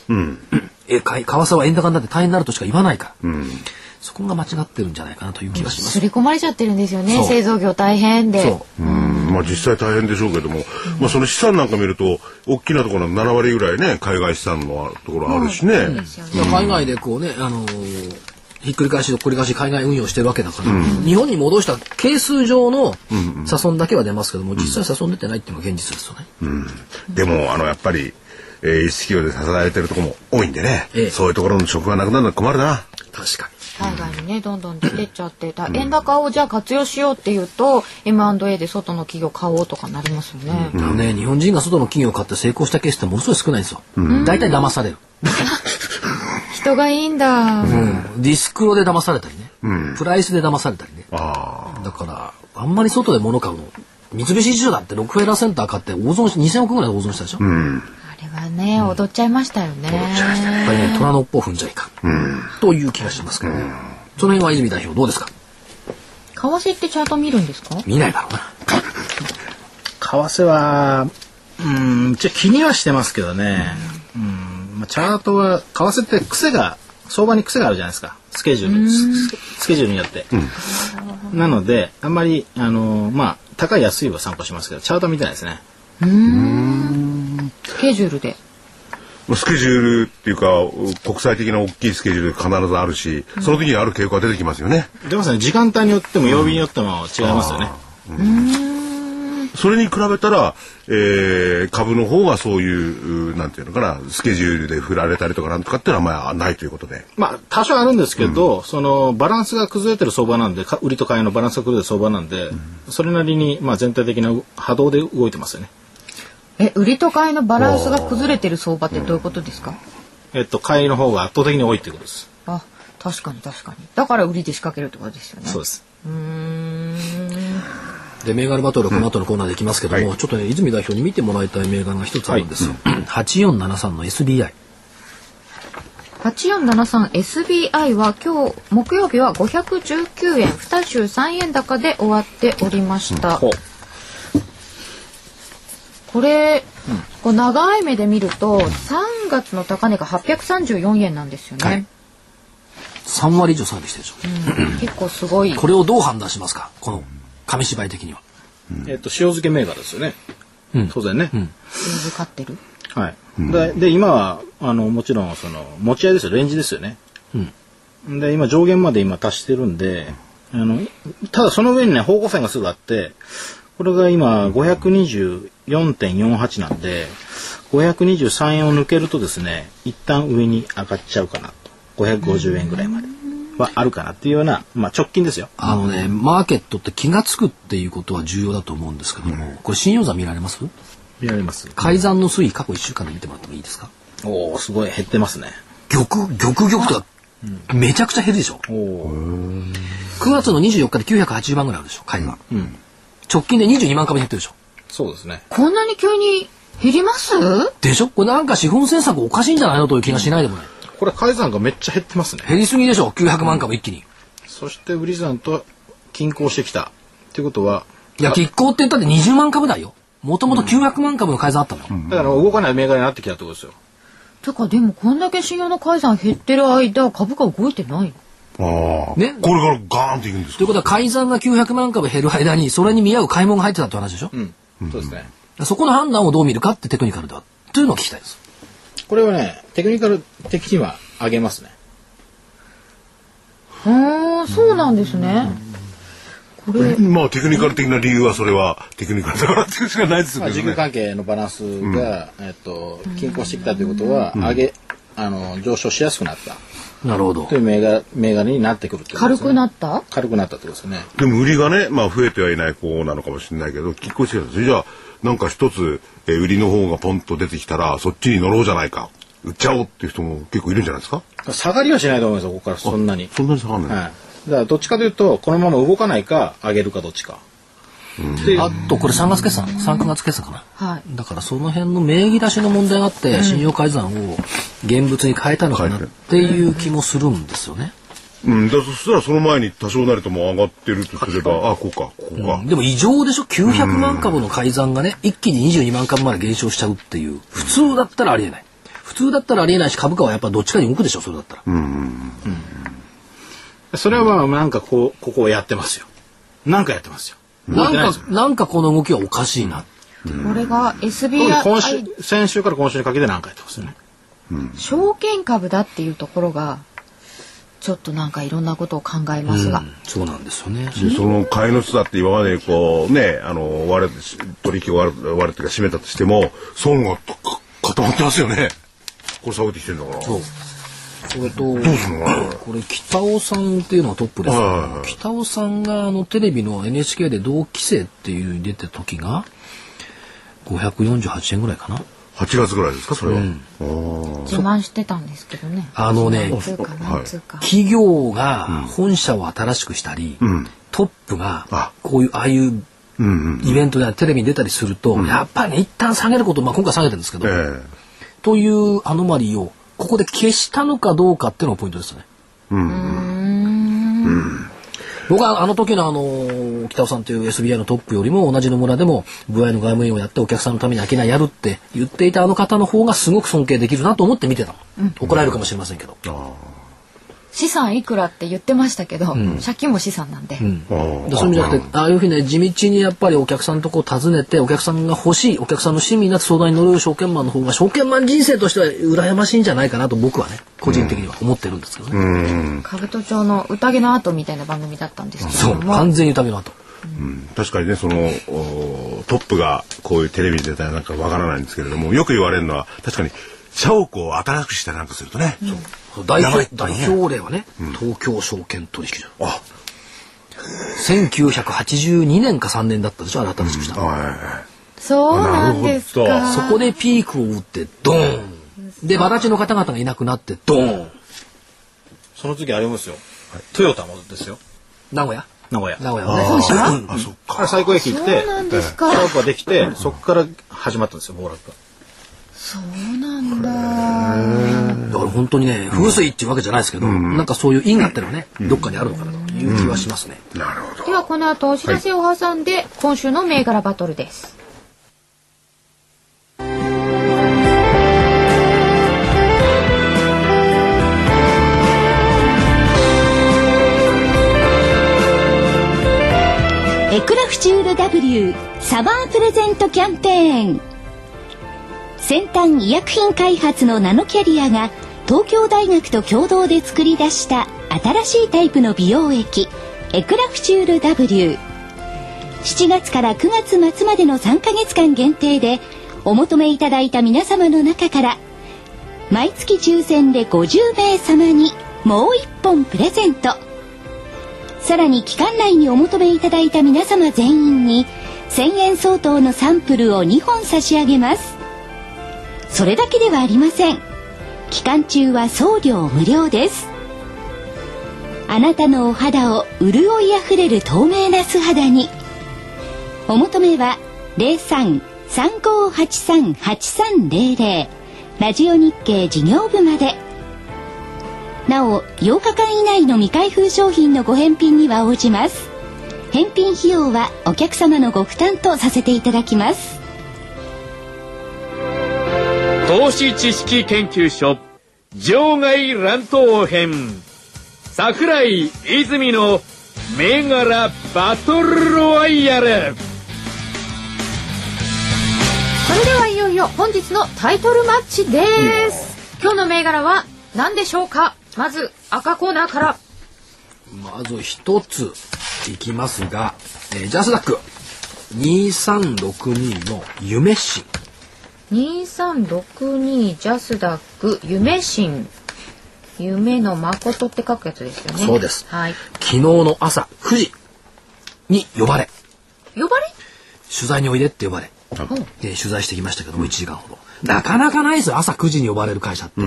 Speaker 1: えか為替は円高になって大変になるとしか言わないから、そこが間違ってるんじゃないかなという気がします
Speaker 4: 刷、り込まれちゃってるんですよね
Speaker 1: そう
Speaker 4: 製造業大変で
Speaker 1: そう
Speaker 6: うんまあ実際大変でしょうけども、まあその資産なんか見ると大きなところの7割ぐらいね海外資産のところあるしね。
Speaker 1: まあ海外でこうね、あのーひっくり返しとっくり返し海外運用してるわけだから、日本に戻した係数上の差損だけは出ますけども、実際差損出てないっていうのが現実ですよね。
Speaker 6: でもあのやっぱりえー、一式業で支えられてるところも多いんでね、
Speaker 1: ええ
Speaker 6: そういうところの職がなくなるのは困るな。
Speaker 1: 確かに。
Speaker 4: 海外にねどんどん出てっちゃってだ円高をじゃあ活用しようっていうと M&A で外の企業買おうとかなりますよね。
Speaker 1: あのね、日本人が外の企業を買って成功したケースってものすごい少ないんですよ。大体騙される。
Speaker 4: 人がいいんだ。
Speaker 1: うんディスクロで騙されたりね、プライスで騙されたりね
Speaker 6: あ
Speaker 1: だからあんまり外で物買うの三菱地所だってロックフェラーセンター買って大損し2000億ぐらい大損したでしょ、やっ
Speaker 4: あれはね踊っちゃいましたよね。
Speaker 1: ぱりね虎の尾っぽを踏んじゃいかん、という気がしますけどね、その辺は泉代表どうですか
Speaker 4: 為替ってチャート見るんですか？
Speaker 1: 見ないだろうな
Speaker 5: 為替はうん一応気にはしてますけどね、うんまあ、チャートは為替って癖が相場に癖があるじゃないですかスケジュールススケジュールによって、なのであんまりあのまあ高い安いは参考しますけどチャート見てないですね
Speaker 4: スケジュールで。
Speaker 6: あ。スケジュールっていうか、国際的な大きいスケジュール必ずあるし、その時にある傾向が出てきますよね。
Speaker 5: 出ますね時間帯によっても曜日によっても違いますよね、
Speaker 6: それに比べたら、えー株の方がそういう、うなんていうのかな、スケジュールで振られたりとかなんとかっていうのはあんまりないということで。
Speaker 5: まあ多少あるんですけど、そのバランスが崩れてる相場なんでか売りと買いのバランスが崩れてる相場なんで、それなりにまあ全体的な波動で動いてますよね
Speaker 4: え売りと買いのバランスが崩れてる相場ってどういうことですか？
Speaker 5: えっと買いの方が圧倒的に多いってことです
Speaker 4: あ確かに確かに。だから売りで仕掛けるってことですよね。
Speaker 5: そうです
Speaker 1: で銘柄バトルはこの後のコーナーできますけども、ちょっとね泉代表に見てもらいたい銘柄が一つあるんですよ、8473の SBI
Speaker 4: 8473SBI は今日木曜日は519円2週3円高で終わっておりました、
Speaker 5: ほう
Speaker 4: これ、こう長い目で見ると3月の高値が834円なんですよね、
Speaker 1: 3割以上サービスしてるでしょ、
Speaker 4: 結構すごい
Speaker 1: これをどう判断しますかこの紙芝居的には
Speaker 5: えっと塩漬け銘柄ですよね、
Speaker 1: うん
Speaker 5: 当然ね、
Speaker 4: 水かってる
Speaker 5: はい、でで今はあのもちろんその持ち合いですよレンジですよね、で今上限まで今達してるんであのただその上にね方向線がすぐあってこれが今524.48なんで523円を抜けるとですね一旦上に上がっちゃうかなと550円ぐらいまではあるかなっていうような、まあ、直近ですよ
Speaker 1: あのね、マーケットって気がつくっていうことは重要だと思うんですけども、これ信用座見られます
Speaker 5: 見られます
Speaker 1: 改ざんの推移過去1週間で見てもらってもいいですか
Speaker 5: おおすごい減ってますね
Speaker 1: 玉、玉玉とか、めちゃくちゃ減るでしょ
Speaker 5: お
Speaker 1: ?9 月の24日で980万ぐらいあるでしょ海が、直近で22万株に減ってるでしょ
Speaker 5: そうですね
Speaker 4: こんなに急に減ります
Speaker 1: でしょこれなんか資本政策おかしいんじゃないのという気がしないでもない。
Speaker 5: これ改ざんがめっちゃ減ってますね
Speaker 1: 減りすぎでしょ ?900 万株一気に。
Speaker 5: そして売り算と均衡してきたっていうことはい
Speaker 1: や、拮抗って言ったって20万株だよ。もともと900万株の改ざんあったの。
Speaker 5: だから動かない銘柄になってきたってことですよ
Speaker 4: てかでもこんだけ信用の改ざん減ってる間株価動いてない
Speaker 6: ああ。
Speaker 1: ね
Speaker 6: これからガーンっていくんです
Speaker 1: とい
Speaker 6: か
Speaker 1: うことは改ざんが900万株減る間に、それに見合う買い物が入ってたって話でしょ、
Speaker 5: うん、そうですね
Speaker 1: そこの判断をどう見るかってテクニカルだというのを聞きたいです。
Speaker 5: これはねテクニカル的には上げますね
Speaker 4: うーんそうなんですね、これ
Speaker 6: まあ、テクニカル的な理由は、それは、テクニカルだからっていうしかないです
Speaker 5: ま
Speaker 6: け
Speaker 5: あ、
Speaker 6: ど
Speaker 5: 時給
Speaker 6: ね。
Speaker 5: 関係のバランスが、えっと、均衡してきたということは、上げあの上昇しやすくなった
Speaker 1: なるほど
Speaker 5: とい。う銘柄銘柄になってくるってことで
Speaker 4: 軽
Speaker 5: す、ね、
Speaker 4: くなった
Speaker 5: 軽くなったってことですよね
Speaker 6: でも、売りがね、まあ、増えてはいない方なのかもしれないけど、きっ抗してきたんですよじゃあ、なんか一つ、えー売りの方がポンと出てきたら、そっちに乗ろうじゃないか。売っちゃおうっていう人も結構いるんじゃないですか
Speaker 5: 下がりはしないと思いますよここからそんなに
Speaker 6: そんなに下がんない。
Speaker 5: はい、だからどっちかというとこのまま動かないか上げるかどっちかっていう
Speaker 1: あとこれ3月決算、3、9月決算かな。
Speaker 4: はい
Speaker 1: だからその辺の名義出しの問題があって、信用改ざんを現物に変えたのかなっていう気もするんですよね。
Speaker 6: うん、だそしたらその前に多少なりとも上がってるとすれば、あ、こうか、こうか。
Speaker 1: でも異常でしょ ?900 万株の改ざんがね、一気に22万株まで減少しちゃうっていう、普通だったらありえない。普通だったらありえないし、株価はやっぱどっちかに動くでしょそれだったら。
Speaker 5: それはまあなんかこうここをやってますよなんかやってますよ
Speaker 1: なん
Speaker 5: 動いていです
Speaker 1: か、なんかこの動きはおかしいな。
Speaker 4: これが
Speaker 5: 特に
Speaker 4: SBI
Speaker 5: 今週先週から今週にかけて何回やってますよね。
Speaker 4: 証券株だっていうところがちょっとなんかいろんなことを考えますが、
Speaker 1: そうなんですよね。
Speaker 6: でその買いの人だって今までこうねあの割れ取引を割れ割れてか閉めたとしても損がか固まってますよね。これ下げてきてんだから。
Speaker 1: そう。それと、
Speaker 6: すんのかなこれ
Speaker 1: これ北尾さんっていうのはトップですけ
Speaker 6: はいはいは
Speaker 1: ど
Speaker 6: い
Speaker 1: 北尾さんがあのテレビの NHK で同期生っていうのに出た時が548円ぐらいかな
Speaker 6: 8月ぐらいですか、それは。
Speaker 4: 自慢してたんですけどね。
Speaker 1: あのね
Speaker 4: 通貨
Speaker 6: は
Speaker 4: ない通貨。
Speaker 1: 企業が本社を新しくしたり、
Speaker 6: ん
Speaker 1: トップが
Speaker 6: あ
Speaker 1: こういうああいう
Speaker 6: うんうん。
Speaker 1: イベントやテレビに出たりすると、やっぱり一旦下げること、まあ、今回下げてるんですけど、
Speaker 6: ええ
Speaker 1: というアノマリーをここで消したのかどうかっていうのがポイントですね。僕はあの時のあの北尾さんという SBI のトップよりも同じ野村でも部合の外務員をやってお客さんのために商いやるって言っていたあの方の方がすごく尊敬できるなと思って見てたの、怒られるかもしれませんけど、
Speaker 4: 資産いくらって言ってましたけど、借金も資産なんで。
Speaker 1: でそういう意味じゃなくてああいうふうにね地道にやっぱりお客さんのとこを訪ねてお客さんが欲しいお客さんの親身になって相談に乗る証券マンの方が証券マン人生としては羨ましいんじゃないかなと僕はね個人的には思ってるんですけどね、
Speaker 4: 兜町の宴の後みたいな番組だったんですけ
Speaker 1: そ
Speaker 4: ど
Speaker 1: う
Speaker 4: も、
Speaker 1: 完全に宴の後
Speaker 6: 確かにね、その、おトップがこういうテレビに出たらなんかわからないんですけれども、よく言われるのは、確かに、社屋を新しくしたりなんかするとね、
Speaker 1: 代
Speaker 6: やばい
Speaker 1: 表代表例はね、東京証券取引所
Speaker 6: あ、
Speaker 1: 1982年か3年だったでしょあれ新しくしたの、
Speaker 6: は
Speaker 4: そうなんですか。
Speaker 1: そこでピークを打ってドーンでバ立ちの方々がいなくなってドーン
Speaker 5: その次ありますよ。トヨタもですよ。
Speaker 1: 名古屋
Speaker 5: 名古屋。
Speaker 1: 名古屋はね
Speaker 6: い。
Speaker 1: 本社は
Speaker 6: あ、そっ
Speaker 5: あれ
Speaker 6: か。
Speaker 5: 最高駅行って、
Speaker 4: そう
Speaker 5: シ
Speaker 4: なんです
Speaker 5: ャ
Speaker 4: か
Speaker 5: ープができて、そこから始まったんですよ、暴落が。
Speaker 4: そうなんだ。
Speaker 1: だから本当にね風水っていうわけじゃないですけど、なんかそういう因果ってのはね、どっかにあるのかなという気はしますね、
Speaker 6: なるほど。
Speaker 4: ではこの後お知らせを挟んで、今週の銘柄バトルです。
Speaker 2: エクラフチュール W サマープレゼントキャンペーン先端医薬品開発のナノキャリアが東京大学と共同で作り出した新しいタイプの美容液エクラフチュール W7 月から9月末までの3ヶ月間限定でお求めいただいた皆様の中から毎月抽選で50名様にもう1本プレゼントさらに期間内にお求めいただいた皆様全員に1000円相当のサンプルを2本差し上げますそれだけではありません期間中は送料無料ですあなたのお肌を潤いあふれる透明な素肌にお求めは03-3583-8300ラジオ日経事業部までなお8日間以内の未開封商品のご返品には応じます返品費用はお客様のご負担とさせていただきます
Speaker 3: 投資知識研究所場外乱闘編桜井泉の銘柄バトルロワイヤル
Speaker 4: それではいよいよ本日のタイトルマッチです。今日の銘柄は何でしょうかまず赤コーナーから。
Speaker 1: まず一ついきますが、えージャスダック2362の夢心
Speaker 4: 2362ジャスダック夢新夢の誠って書くやつですよね
Speaker 1: そうです
Speaker 4: はい
Speaker 1: 昨日の朝9時に呼ばれ
Speaker 4: 呼ばれ
Speaker 1: 取材においでって呼ばれ、で取材してきましたけども1時間ほどなかなかないですよ朝9時に呼ばれる会社って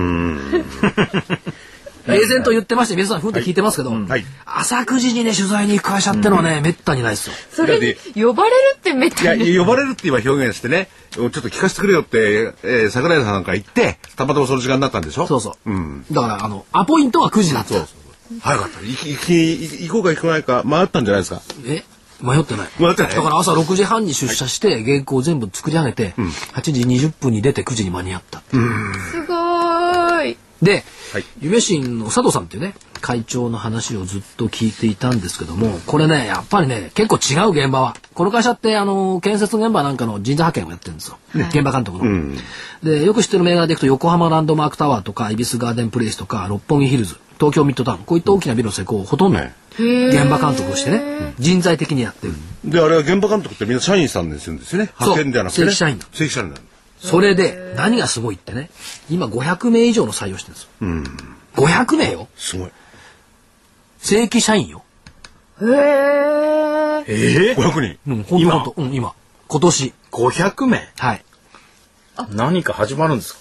Speaker 1: 平然と言ってまして皆さんふんって聞いてますけど、
Speaker 6: はい
Speaker 1: 朝9時にね取材に行く会社ってのはね、めったにないですよ
Speaker 4: それに呼ばれるってめっ
Speaker 6: い
Speaker 4: た
Speaker 6: や、
Speaker 4: に
Speaker 6: 呼ばれるって今表現してね、ちょっと聞かせてくれよって、えー、桜井さんなんか言って、たまたまその時間になったんでしょ
Speaker 1: そうそう、
Speaker 6: ん。
Speaker 1: だからあのアポイントは9時だった
Speaker 6: 早かった。行き、行き、行こうか行かないか、回ったんじゃないですか。
Speaker 1: え迷ってない
Speaker 6: 迷ってない
Speaker 1: だから朝6時半に出社して原稿を全部作り上げて、8時20分に出て9時に間に合った
Speaker 4: すごーい
Speaker 1: で、
Speaker 6: はい
Speaker 1: 夢新の佐藤さんっていうね会長の話をずっと聞いていたんですけどもこれねやっぱりね結構違う現場はこの会社ってあの建設現場なんかの人材派遣をやってるんですよ、現場監督の。でよく知ってる銘柄でいくと横浜ランドマークタワーとか恵比寿ガーデンプレイスとか六本木ヒルズ東京ミッドタウンこういった大きなビルの施工をほとんど現場監督をしてね人材的にやってる。
Speaker 6: で、あれは現場監督ってみんな社員さんでするんですよね。
Speaker 1: そう
Speaker 6: 派遣ではなくて、
Speaker 1: 正
Speaker 6: ね。
Speaker 1: 規社員だ
Speaker 6: 正規社員なの。
Speaker 1: それで、何がすごいってね、今500名以上の採用してるんですよ。500名よ
Speaker 6: すごい。
Speaker 1: 正規社員よ。
Speaker 4: へえ。
Speaker 5: ええ
Speaker 6: 500人。
Speaker 1: うん、ほんと
Speaker 5: 今
Speaker 1: ほんとうん、今。今年。
Speaker 5: 500名
Speaker 1: はい。
Speaker 5: 何か始まるんですか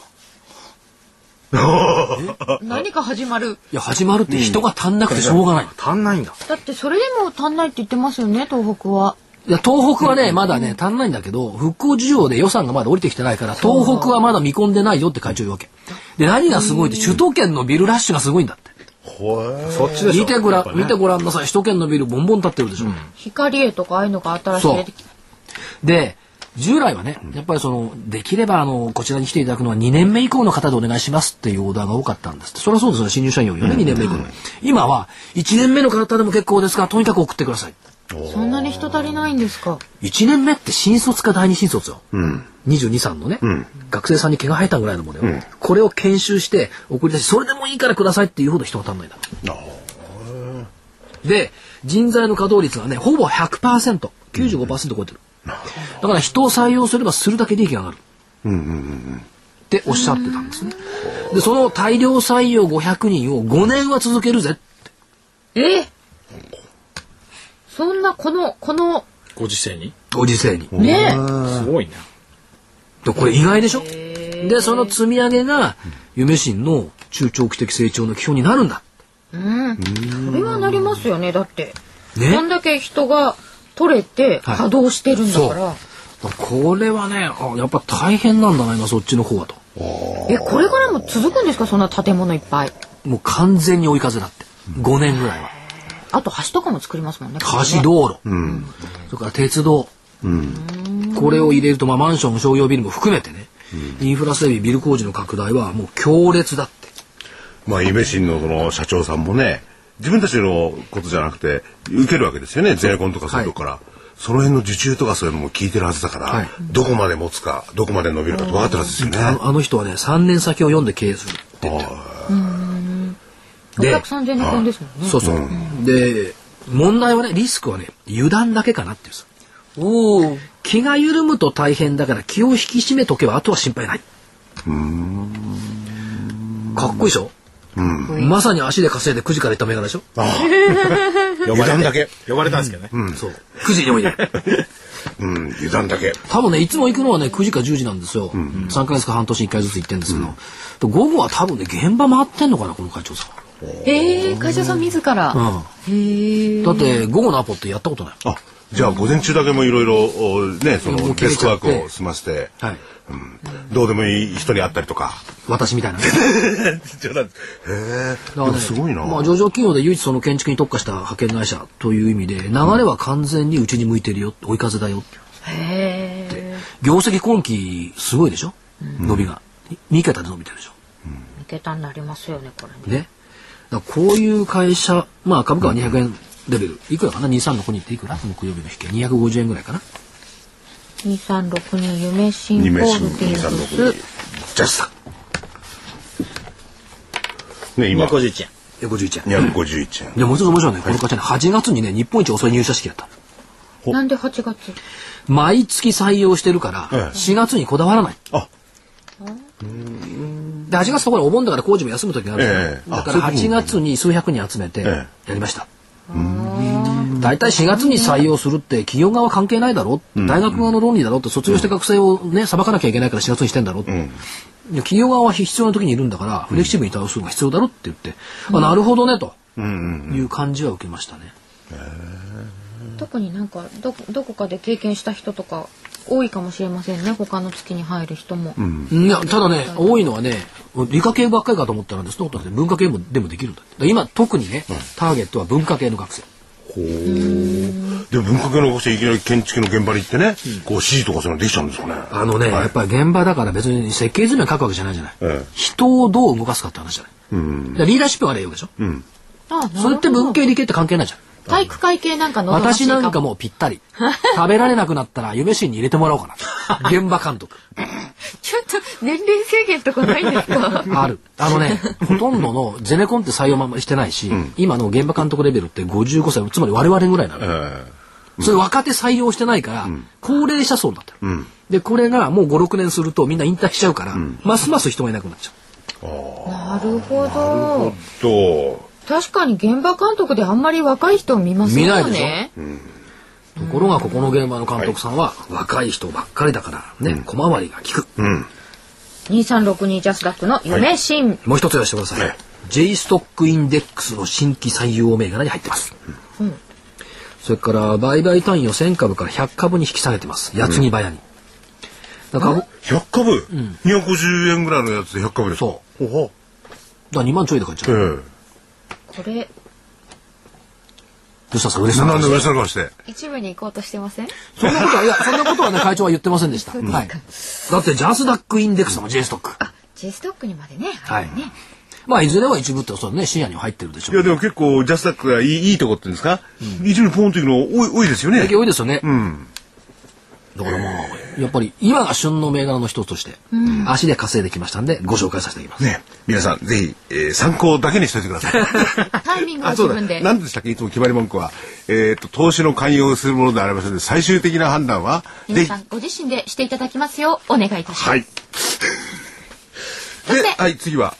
Speaker 4: 何か始まる。
Speaker 1: いや、始まるって人が足んなくてしょうがない。
Speaker 5: 足んないんだ。
Speaker 4: だってそれでも足んないって言ってますよね、東北は。
Speaker 1: いや、東北はね、まだね、足んないんだけど、復興事情で予算がまだ降りてきてないから、東北はまだ見込んでないよって会長言うわけ。で、何がすごいって、首都圏のビルラッシュがすごいんだって。
Speaker 6: ほえ。
Speaker 5: そっちでしょ
Speaker 1: 見てごら
Speaker 5: やっぱ
Speaker 1: ん、
Speaker 5: ね
Speaker 1: 見てごらんなさい。首都圏のビルボンボン立ってるでしょ。
Speaker 4: 光栄とかああいうのが新しい出てきた。
Speaker 1: で、従来はね、やっぱりその、できれば、あの、こちらに来ていただくのは2年目以降の方でお願いしますっていうオーダーが多かったんですって。それはそうですよね、新入社員よりはね、2年目以降の。今は、1年目の方でも結構ですから、とにかく送ってください。
Speaker 4: そんなに人足りないんですか。
Speaker 1: 1年目って新卒か第二新卒よ、22、3のね、学生さんに毛が生えたぐらいのものよ、これを研修して送り出しそれでもいいからくださいっていうほど人が足んないだろうで人材の稼働率がねほぼ 100%95% 超えてる、だから人を採用すればするだけ利益が上がる、っておっしゃってたんですねでその大量採用500人を5年は続けるぜ
Speaker 4: えそんな、この、この、
Speaker 5: ご時世に
Speaker 1: ご時世に
Speaker 4: ね
Speaker 5: すごいね。
Speaker 1: でこれ意外でしょでその積み上げが夢新の中長期的成長の基本になるんだ
Speaker 4: うん。それはなりますよね、だって。
Speaker 1: ね
Speaker 4: こんだけ人が取れて
Speaker 1: はい
Speaker 4: 稼働してるんだから。
Speaker 1: これはねあやっぱ大変なんだな今そっちの方はと
Speaker 4: え、これからも続くんですか、そんな建物いっぱい。
Speaker 1: もう完全に追い風だって5年ぐらいは
Speaker 4: あと橋とかも作りますもんね。これね
Speaker 1: 橋道路、それから鉄道、これを入れると、まあ、マンション商業ビルも含めてね、インフラ整備ビル工事の拡大はもう強烈だって
Speaker 6: まあ、夢新のその社長さんもね、自分たちのことじゃなくて、受けるわけですよね、ゼネコンとかそういうとこから。その辺の受注とかそういうのも聞いてるはずだから、
Speaker 1: はい
Speaker 6: どこまで持つか、どこまで伸びるかって分かってるはずですよ
Speaker 1: あ
Speaker 6: ね。
Speaker 1: のあの人はね3年先を読んで経営するって言ってる
Speaker 4: お客さん全然ですもんね。
Speaker 1: そうそう。で、問題はね、リスクはね、油断だけかなっていうさ。お気が緩むと大変だから気を引き締めとけばあとは心配ない。かっこいいでしょまさに足で稼いで9時から行った銘柄でしょ、
Speaker 5: 呼ばれただけ。呼ばれたんですけどね。
Speaker 1: そう。9時においで。
Speaker 6: うん、油断だけ。
Speaker 1: 多分ね、いつも行くのはね、9時か10時なんですよ。3ヶ月か半年に1回ずつ行ってるんですけど、午後は多分ね、現場回ってんのかな、この会長さん。
Speaker 4: へえ、会社さん自ら。
Speaker 1: う
Speaker 4: へえ。
Speaker 1: だって、午後のアポってやったことない。
Speaker 6: あ、じゃあ午前中だけもいろいろ、ね、そ
Speaker 1: も
Speaker 6: の
Speaker 1: う決
Speaker 6: デ
Speaker 1: め
Speaker 6: ス
Speaker 1: ち
Speaker 6: ク
Speaker 1: ゃ
Speaker 6: ワ
Speaker 1: っ
Speaker 6: ー
Speaker 1: て
Speaker 6: クを済ませて、
Speaker 1: はい。
Speaker 6: どうでもいい人に会ったりとか。
Speaker 1: 私みたいなね。
Speaker 6: 冗談ですへえ。で
Speaker 1: だから
Speaker 6: も
Speaker 1: ね
Speaker 6: すごいな。
Speaker 1: まあ、上場企業で唯一その建築に特化した派遣会社という意味で流れは完全にうちに向いてるよ追い風だよ
Speaker 4: へえ。
Speaker 1: 業績今期すごいでしょ伸びが2桁で伸びてるでしょ
Speaker 4: 抜けたになりますよね、これね。
Speaker 1: ねだからこういう会社まあ株価は200円レベルいくらかな23の5人っていくら木曜日の引け250円ぐらいかな
Speaker 4: 二三六二夢新
Speaker 6: 二名
Speaker 4: ホー
Speaker 6: 新
Speaker 4: ルディ
Speaker 6: 聞さんの
Speaker 4: ン
Speaker 6: こと
Speaker 4: グ
Speaker 6: で
Speaker 4: ス。
Speaker 1: ジャスさ
Speaker 6: ね、今、
Speaker 5: 251円。
Speaker 1: 51円
Speaker 6: 251円
Speaker 1: い。やもうちょっと面白いねこの会社ね8月にね日本一遅い入社式やったの
Speaker 4: なんで八月。
Speaker 1: 毎月採用してるから
Speaker 6: ええ
Speaker 1: 4月にこだわらない
Speaker 6: あ、
Speaker 1: で8月ところお盆だから工事も休む時があるじゃない、
Speaker 6: ええ
Speaker 1: だか
Speaker 6: あそう
Speaker 1: ら
Speaker 6: いうことな
Speaker 1: 8
Speaker 6: んだ
Speaker 1: 月に数百人集めてや
Speaker 6: え
Speaker 1: りました、大体4月に採用するって企業側は関係ないだろ、大学側の論理だろって卒業して学生をね裁かなきゃいけないから4月にしてんだろ、いや企業側は必要な時にいるんだからフレキシブルに対応するのが必要だろって言って、あなるほどねという感じは受けましたね。
Speaker 4: 特になんかどどこかで経験した人とか多いかもしれませんね。他の月に入る人も。
Speaker 1: いやただね多いのはね理科系ばっかりかと思ったらねそんなことない文化系もでもできるんだってだから今特にね、ターゲットは文化系の学生。
Speaker 6: ほう。で、文化系の学生いきなり建築の現場に行ってね、こう指示とかそういうのできちゃうんですかね。
Speaker 1: あのね、やっぱり現場だから別に設計図面書くわけじゃないじゃない。
Speaker 6: ええ
Speaker 1: 人をどう動かすかって話じゃない。だからリーダーシップがあれよでしょ、
Speaker 4: あ、なるほど
Speaker 1: それって文系理系って関係ないじゃん。
Speaker 4: 体育会系なんかの
Speaker 1: 私なんかもうぴったり。食べられなくなったら夢心に入れてもらおうかな。現場監督。
Speaker 4: ちょっと年齢制限とかないんですか
Speaker 1: ある。あのね、ほとんどのゼネコンって採用まんましてないし、今の現場監督レベルって55歳、つまり我々ぐらいなの。
Speaker 6: え
Speaker 1: それ若手採用してないから、高齢者層だったの、で、これがもう5、6年するとみんな引退しちゃうから、ますます人がいなくなっちゃう。
Speaker 4: なるほど。
Speaker 6: と、
Speaker 4: 確かに現場監督であんまり若い人を見ませんよね。
Speaker 1: ところがここの現場の監督さんは若い人ばっかりだからね、小回りが利く。
Speaker 4: 2362ジャスダックの夢新、
Speaker 1: もう一つ言わせてください。J ストックインデックスの新規採用銘柄に入ってます。それから売買単位を1000株から100株に引き下げてます。八つぎ早に。だから、
Speaker 6: 100株、250円ぐらいのやつで100株ですか。
Speaker 1: そう
Speaker 6: おは
Speaker 1: だ2万ちょいで買っち
Speaker 6: え
Speaker 1: ゃ
Speaker 6: え
Speaker 1: う。
Speaker 4: これ
Speaker 1: どうしたんですか
Speaker 6: なんで
Speaker 1: 嬉し
Speaker 6: 上
Speaker 1: い
Speaker 6: 下がして。
Speaker 4: 一部に行こうとしてません
Speaker 1: そんなことは、いや、そんなことはね、会長は言ってませんでした。はい。だって、ジャスダックインデックスも J ストック。
Speaker 4: あ J ストックにまでね
Speaker 1: はい
Speaker 4: 入るね
Speaker 1: まあ、いずれは一部ってそうね、深夜には入ってるでしょう
Speaker 6: いや、でも結構、ジャスダックがいいいいとこって言うんですか、一部ポンというの多い多いですよね。
Speaker 1: 最近多いですよね。だからまあ、やっぱり今が旬の銘柄の一つとして、足で稼いできましたんで、ご紹介させていただきます。
Speaker 6: ね、皆さん、ぜひ、えー参考だけにしといてくだ さい。
Speaker 4: タイミングは
Speaker 6: あ、
Speaker 4: 自
Speaker 6: そうだ。
Speaker 4: 分で
Speaker 6: 何でしたっけいつも決まり文句は。えっ、と、投資の勧誘をするものではありませんので、最終的な判断は、
Speaker 4: 皆
Speaker 6: ぜひ
Speaker 4: さんご自身でしていただきますようお願いいたします、
Speaker 6: はい。
Speaker 4: そし
Speaker 6: で、
Speaker 4: て
Speaker 6: はい、次は、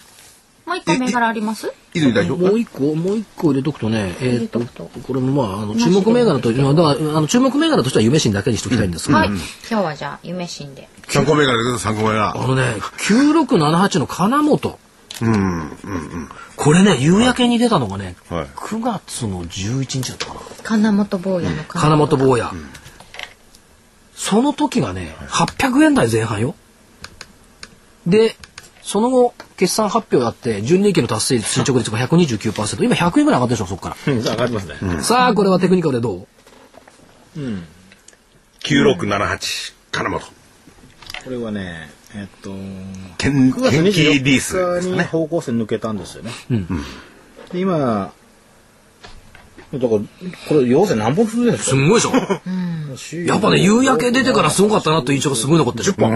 Speaker 4: もう一個銘柄あります
Speaker 6: 泉代表。
Speaker 1: もう一個、もう一個入れとくとね、えーっと、
Speaker 4: 入れとく
Speaker 1: これもまあ、あの、注目銘柄と、まあだから、あの、注目銘柄としては夢心だけにしときたいんですけど、
Speaker 4: はい、今日はじゃあ夢新で
Speaker 6: 参考銘柄です、参考銘柄。
Speaker 1: あのね、9678の金本。これね、夕焼けに出たのがね、
Speaker 6: はい
Speaker 1: 9月の11日だったかな。
Speaker 4: 金本坊やの
Speaker 1: 金本坊や。その時がね、800円台前半よ。で、その後、決算発表だって、純利益の達成率、進捗率が129%。今100円ぐらい上がったでしょ、そこか
Speaker 5: 上がりますね。
Speaker 1: ら。さあ、これはテクニカルでどう
Speaker 6: 9678、金本。
Speaker 5: これはね、えっと、
Speaker 6: 研
Speaker 5: 9月
Speaker 6: 研究リース
Speaker 5: 24日
Speaker 6: ですか
Speaker 5: に
Speaker 6: ね。
Speaker 5: 方向線抜けたんですよね。
Speaker 1: ん
Speaker 5: で今、だから、これ、要請何本するんです
Speaker 1: す
Speaker 5: か
Speaker 1: んごいでしょやっぱね、夕焼け出てからすごかったなという印象がすごい残ってる。10
Speaker 5: 本。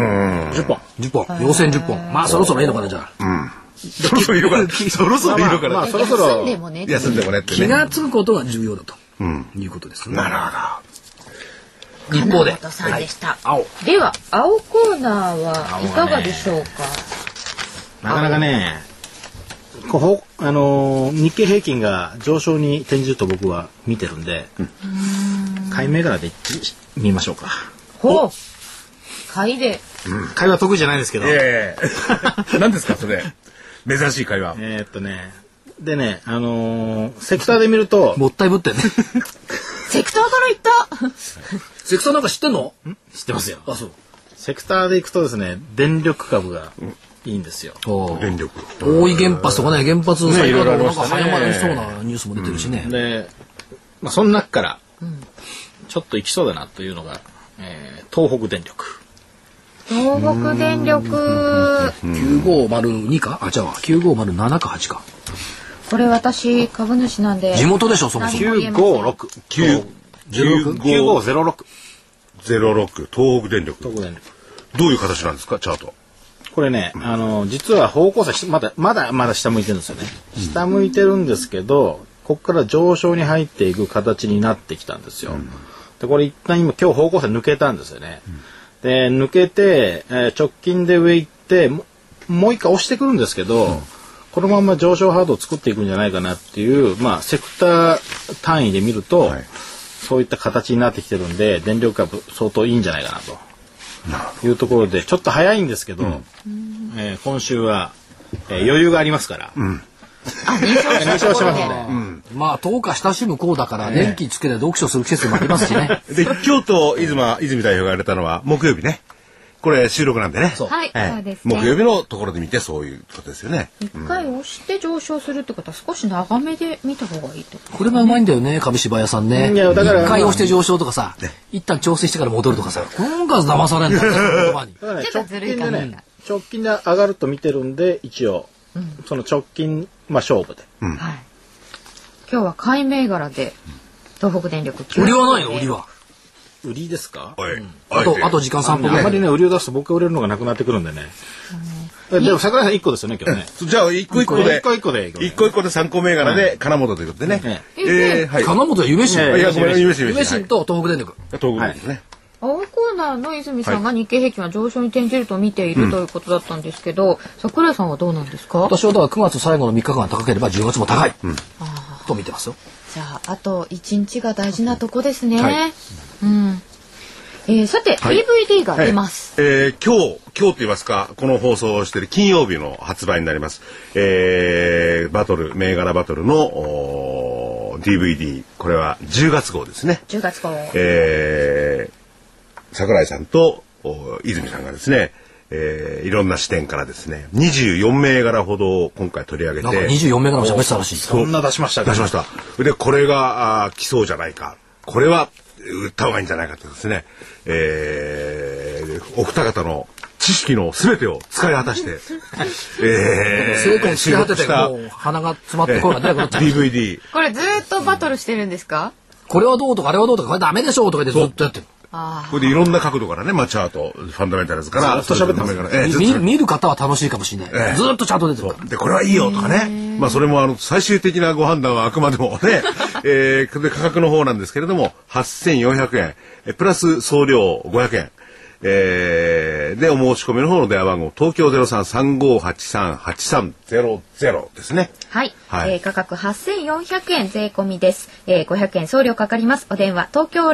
Speaker 5: 10本。
Speaker 1: 10本。要線10本。まあ、そろそろいいのかな、じゃあ。
Speaker 6: そろそろいいのかな。そろそろいいのか
Speaker 5: まあ、
Speaker 6: な。
Speaker 5: そろそろ
Speaker 4: 休ん、でもね
Speaker 6: 休んでもらって
Speaker 1: 気
Speaker 6: ね。
Speaker 1: がつくことが重要だと、いうことですね。
Speaker 6: なるほど。
Speaker 1: 一方で
Speaker 4: 金。本さんでした、
Speaker 1: 青。
Speaker 4: では青コーナーはいかがでしょうか、
Speaker 5: なかなかね、こうほあのー日経平均が上昇に転じると僕は見てるんで、買い銘柄で見ましょうか。
Speaker 4: ほう買いで
Speaker 5: 買いは得意じゃないですけど、
Speaker 6: え え何ですかそれ珍しい会話
Speaker 5: えーっとね、でね、あのーセクターで見ると、
Speaker 1: もったいぶってね。
Speaker 4: セクターからいった
Speaker 1: 関さんなんか知ってんの
Speaker 5: 知ってますよ。
Speaker 1: あ、そう。
Speaker 5: セクターで行くとですね、電力株がいいんですよ。
Speaker 1: お
Speaker 6: 電力
Speaker 1: 大井原発とかね、原発の再稼働なんか早まりそう
Speaker 6: ねいろいろありま
Speaker 1: なニュースも出てるしね。
Speaker 5: で、まあ、その中から、ちょっと行きそうだなというのが、えー東北電力。
Speaker 4: 東北電力
Speaker 1: 9502かあ、じゃあ、9507か8か。
Speaker 4: これ私株主なんで
Speaker 1: 地元でしょ、そもそも。
Speaker 5: 956。
Speaker 6: 九
Speaker 1: 16
Speaker 5: 9506。
Speaker 6: ゼロ六東北電力
Speaker 5: 東北電力。
Speaker 6: どういう形なんですかチャート
Speaker 5: これね、あの、実は方向性し、まだ、まだ、まだ下向いてるんですよね。下向いてるんですけど、ここから上昇に入っていく形になってきたんですよ。で、これ一旦今、今日方向性抜けたんですよね。で、抜けて、えー直近で上行って、ももう一回押してくるんですけど、このまま上昇ハードを作っていくんじゃないかなっていう、まあ、セクター単位で見ると、
Speaker 6: はい
Speaker 5: そういった形になってきてるんで、電力株相当いいんじゃないかなと。いうところでちょっと早いんですけど、えー今週は、えー余裕がありますから、
Speaker 4: 認
Speaker 5: 証しますね
Speaker 1: まあ、10日親しむこうだから、電気つけて読書する季節もありますし ね。
Speaker 6: で京都出馬泉代表がやれたのは木曜日ねこれ収録なんでね
Speaker 1: そう
Speaker 4: はい、
Speaker 6: ええ
Speaker 4: そうですね
Speaker 6: 木曜日のところで見てそういうことですよね
Speaker 4: 一回押して上昇するってことは少し長めで見た方がいいってこと
Speaker 1: これがうまいんだよね、紙芝屋さんね。
Speaker 5: いやだから
Speaker 1: 一回押して上昇とかさ、一旦調整してから戻るとかさ、今回騙されんだって 言葉に。
Speaker 5: だからね
Speaker 4: ちょ
Speaker 5: 直
Speaker 4: っと
Speaker 5: 近
Speaker 4: ずる
Speaker 5: で
Speaker 4: いかな
Speaker 5: ね直近で上がると見てるんで一応、その直近、まあ、勝負で
Speaker 4: はい。今日は買い銘柄で東北電力
Speaker 1: 売りはないの、売りは。
Speaker 5: 売りですか
Speaker 6: はい
Speaker 1: あと、あと時間3分ぐ
Speaker 5: あ
Speaker 1: ら
Speaker 5: んま
Speaker 1: い。
Speaker 5: りね売りを出すと僕が売れるのがなくなってくるんでねえでも桜井さん一個ですよね、今日ね。
Speaker 6: じゃあ、一個一個で。
Speaker 5: 一個一個で
Speaker 6: 一個一個で参考銘柄で、金本ということでね。ええ、はい。
Speaker 1: 金本は夢新
Speaker 5: ええ
Speaker 6: いや、ごめん、夢新
Speaker 1: 夢
Speaker 6: 夢新。
Speaker 1: 新と東北電力。
Speaker 6: 東北ですね。
Speaker 4: 青コーナーの泉さんが日経平均は上昇に転じると見ているということだったんですけど、桜井さんはどうなんですか
Speaker 1: 私はだから9月最後の3日間は高ければ10月も高い。と見てますよ。
Speaker 4: じゃああと1日が大事なとこですね、
Speaker 1: は
Speaker 4: うんえーさて、
Speaker 6: はい
Speaker 4: DVD が
Speaker 6: はい
Speaker 4: 出ます、
Speaker 6: えー今日、今日と言いますか、この放送をしている金曜日の発売になります。えーバトル、銘柄バトルの、おー DVD、これは10月号ですね。
Speaker 4: 10月号
Speaker 6: えー桜井さんとお泉さんがですね、えーいろんな視点からですね、24銘柄ほどを今回取り上げて。
Speaker 1: なんか24銘柄も喋ってたらしい。
Speaker 5: そんな出しましたか
Speaker 6: 出しました。で、これが、あー来そうじゃないか。これは、売った方がいいんじゃないかとですね、えー、お二方の知識のすべてを使い果たして、 えー、
Speaker 1: 成功し果てて、
Speaker 6: 収録した
Speaker 1: もう鼻が詰まっ
Speaker 6: え
Speaker 1: て声が出なくなっちゃう。
Speaker 6: ー DVD、
Speaker 4: これずっとバトルしてるんですか
Speaker 1: これはどうとか、あれはどうとか、これダメでしょうとか言ってずっとやってる。
Speaker 4: あ
Speaker 6: これでいろんな角度からね、まあ、チャート、ファンダメンタルズから、
Speaker 5: ずっと喋ってます
Speaker 6: から、えーずっと
Speaker 1: み
Speaker 6: 喋って
Speaker 1: 見る方は楽しいかもしれな
Speaker 6: え
Speaker 1: い。
Speaker 6: え
Speaker 1: ずっとチャート出てる
Speaker 6: そ
Speaker 1: か
Speaker 6: うでこれはいいよとかね、まあ、それもあの最終的なご判断はあくまでもね、えーで価格の方なんですけれども8400円えプラス送料500円、えーでお申し込みの方の電話番号東京0335838300ですね。
Speaker 4: はい、
Speaker 6: はい
Speaker 4: えー価格8400円税込みです、えー、500円送料かかりますお電話東京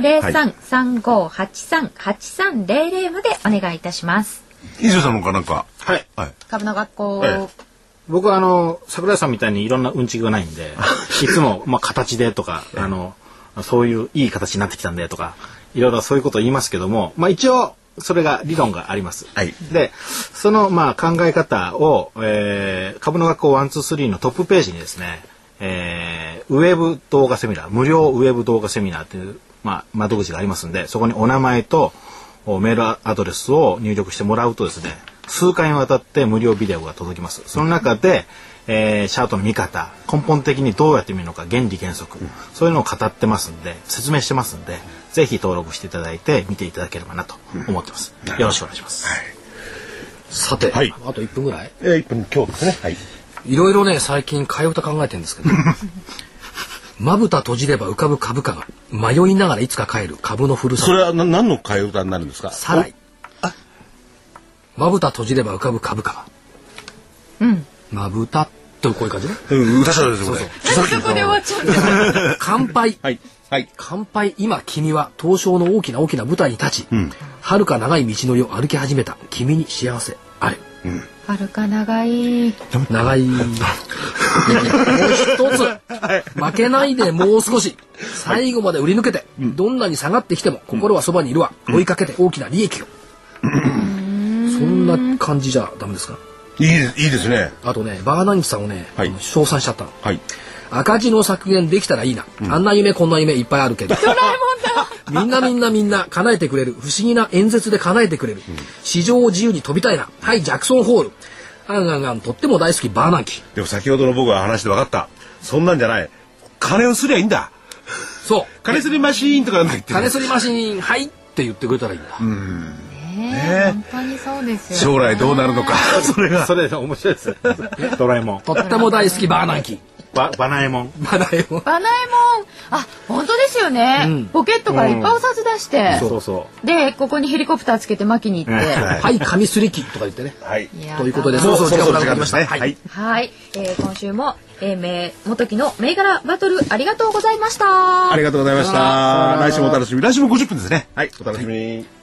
Speaker 4: 0335838300までお願いいたします
Speaker 6: 以上さんの方かなんか、
Speaker 5: はい。
Speaker 6: はい、
Speaker 4: 株の学校、
Speaker 6: え
Speaker 5: 僕はあの、桜井さんみたいにいろんなうんちくがないんで、いつも、まあ、形でとか、あの、そういういい形になってきたんでとか、いろいろそういうことを言いますけども、まあ、一応、それが理論があります。
Speaker 6: はい
Speaker 5: で、その、まあ、考え方を、えー株の学校123のトップページにですね、えーウェブ動画セミナー、無料ウェブ動画セミナーという、まあ、窓口がありますんで、そこにお名前とおメールアドレスを入力してもらうとですね、数回にわたって無料ビデオが届きます。その中で、えーシャートの見方、根本的にどうやって見るのか、原理原則、そういうのを語ってますんで、説明してますんで、ぜひ登録していただいて見ていただければなと思ってます。よろしくお願いします。
Speaker 1: ら。さて、
Speaker 6: はい
Speaker 1: あと1分ぐらい
Speaker 6: え1分今日ですね。はい
Speaker 1: いろいろね、最近替え歌考えてるんです けど。まぶた閉じれば浮かぶ株価が迷いながらいつか帰る株のふるさ
Speaker 6: そ
Speaker 1: と
Speaker 6: れはな何の替え歌になるんですか
Speaker 1: さらいまぶた閉じれば浮かぶ株価がうんまぶたとこういう感じね
Speaker 6: うん、歌唱ですよ、これ。
Speaker 4: これはちょっと
Speaker 1: 乾杯
Speaker 6: はい。はい。
Speaker 1: 乾杯今君は東証の大きな大きな舞台に立ち、遥か長い道のりを歩き始めた君に幸せあれ
Speaker 4: はるか長い
Speaker 1: 長いもう一つ負けないでもう少し最後まで売り抜けて、どんなに下がってきても心はそばにいるわ、追いかけて大きな利益を、そんな感じじゃダメですか
Speaker 6: いいです、いいですね。
Speaker 1: あとねバーナンキさんをね、
Speaker 6: はい
Speaker 1: あの称賛しちゃったの
Speaker 6: はい。
Speaker 1: 赤字の削減できたらいいな、あんな夢こんな夢いっぱいあるけどみんなみんなみんな叶えてくれる不思議な演説で叶えてくれる、市場を自由に飛びたいなはいジャクソンホールあんあんあんとっても大好きバーナンキ
Speaker 6: でも先ほどの僕が話して分かった。そんなんじゃない。金をすりゃいいんだ。
Speaker 1: そう
Speaker 6: 金すりマシーンとかなんか言ってる
Speaker 1: 金すりマシンはいって言ってくれたらいいんだ、
Speaker 4: ね本当にそうですよ、ね、
Speaker 6: 将来どうなるのかそれが
Speaker 5: それ面白いですね。ドラえもん。
Speaker 1: とっても大好きバーナンキ
Speaker 5: ババナエモン。
Speaker 1: バナエモン
Speaker 4: バナエモンあ本当ですよね、
Speaker 1: うん
Speaker 4: ポケットからいっぱいお札出して、
Speaker 5: そうそ
Speaker 4: でここにヘリコプターつけて巻きに行って、
Speaker 5: は
Speaker 1: はい紙すり機とか言ってね
Speaker 6: はい
Speaker 4: いや
Speaker 1: ということで
Speaker 6: もう
Speaker 1: そ
Speaker 6: そ
Speaker 1: ろそ
Speaker 6: ろそ
Speaker 1: ろ
Speaker 6: ろ
Speaker 1: 時間がなくなり
Speaker 6: 時間で
Speaker 1: まし
Speaker 6: す
Speaker 1: た
Speaker 6: ね
Speaker 1: はい
Speaker 6: はい
Speaker 4: はい、えー今週も、えー、め元木の銘柄バトルありがとうございました
Speaker 6: ありがとうございました来週もお楽しみ来週も50分ですねはいお楽しみに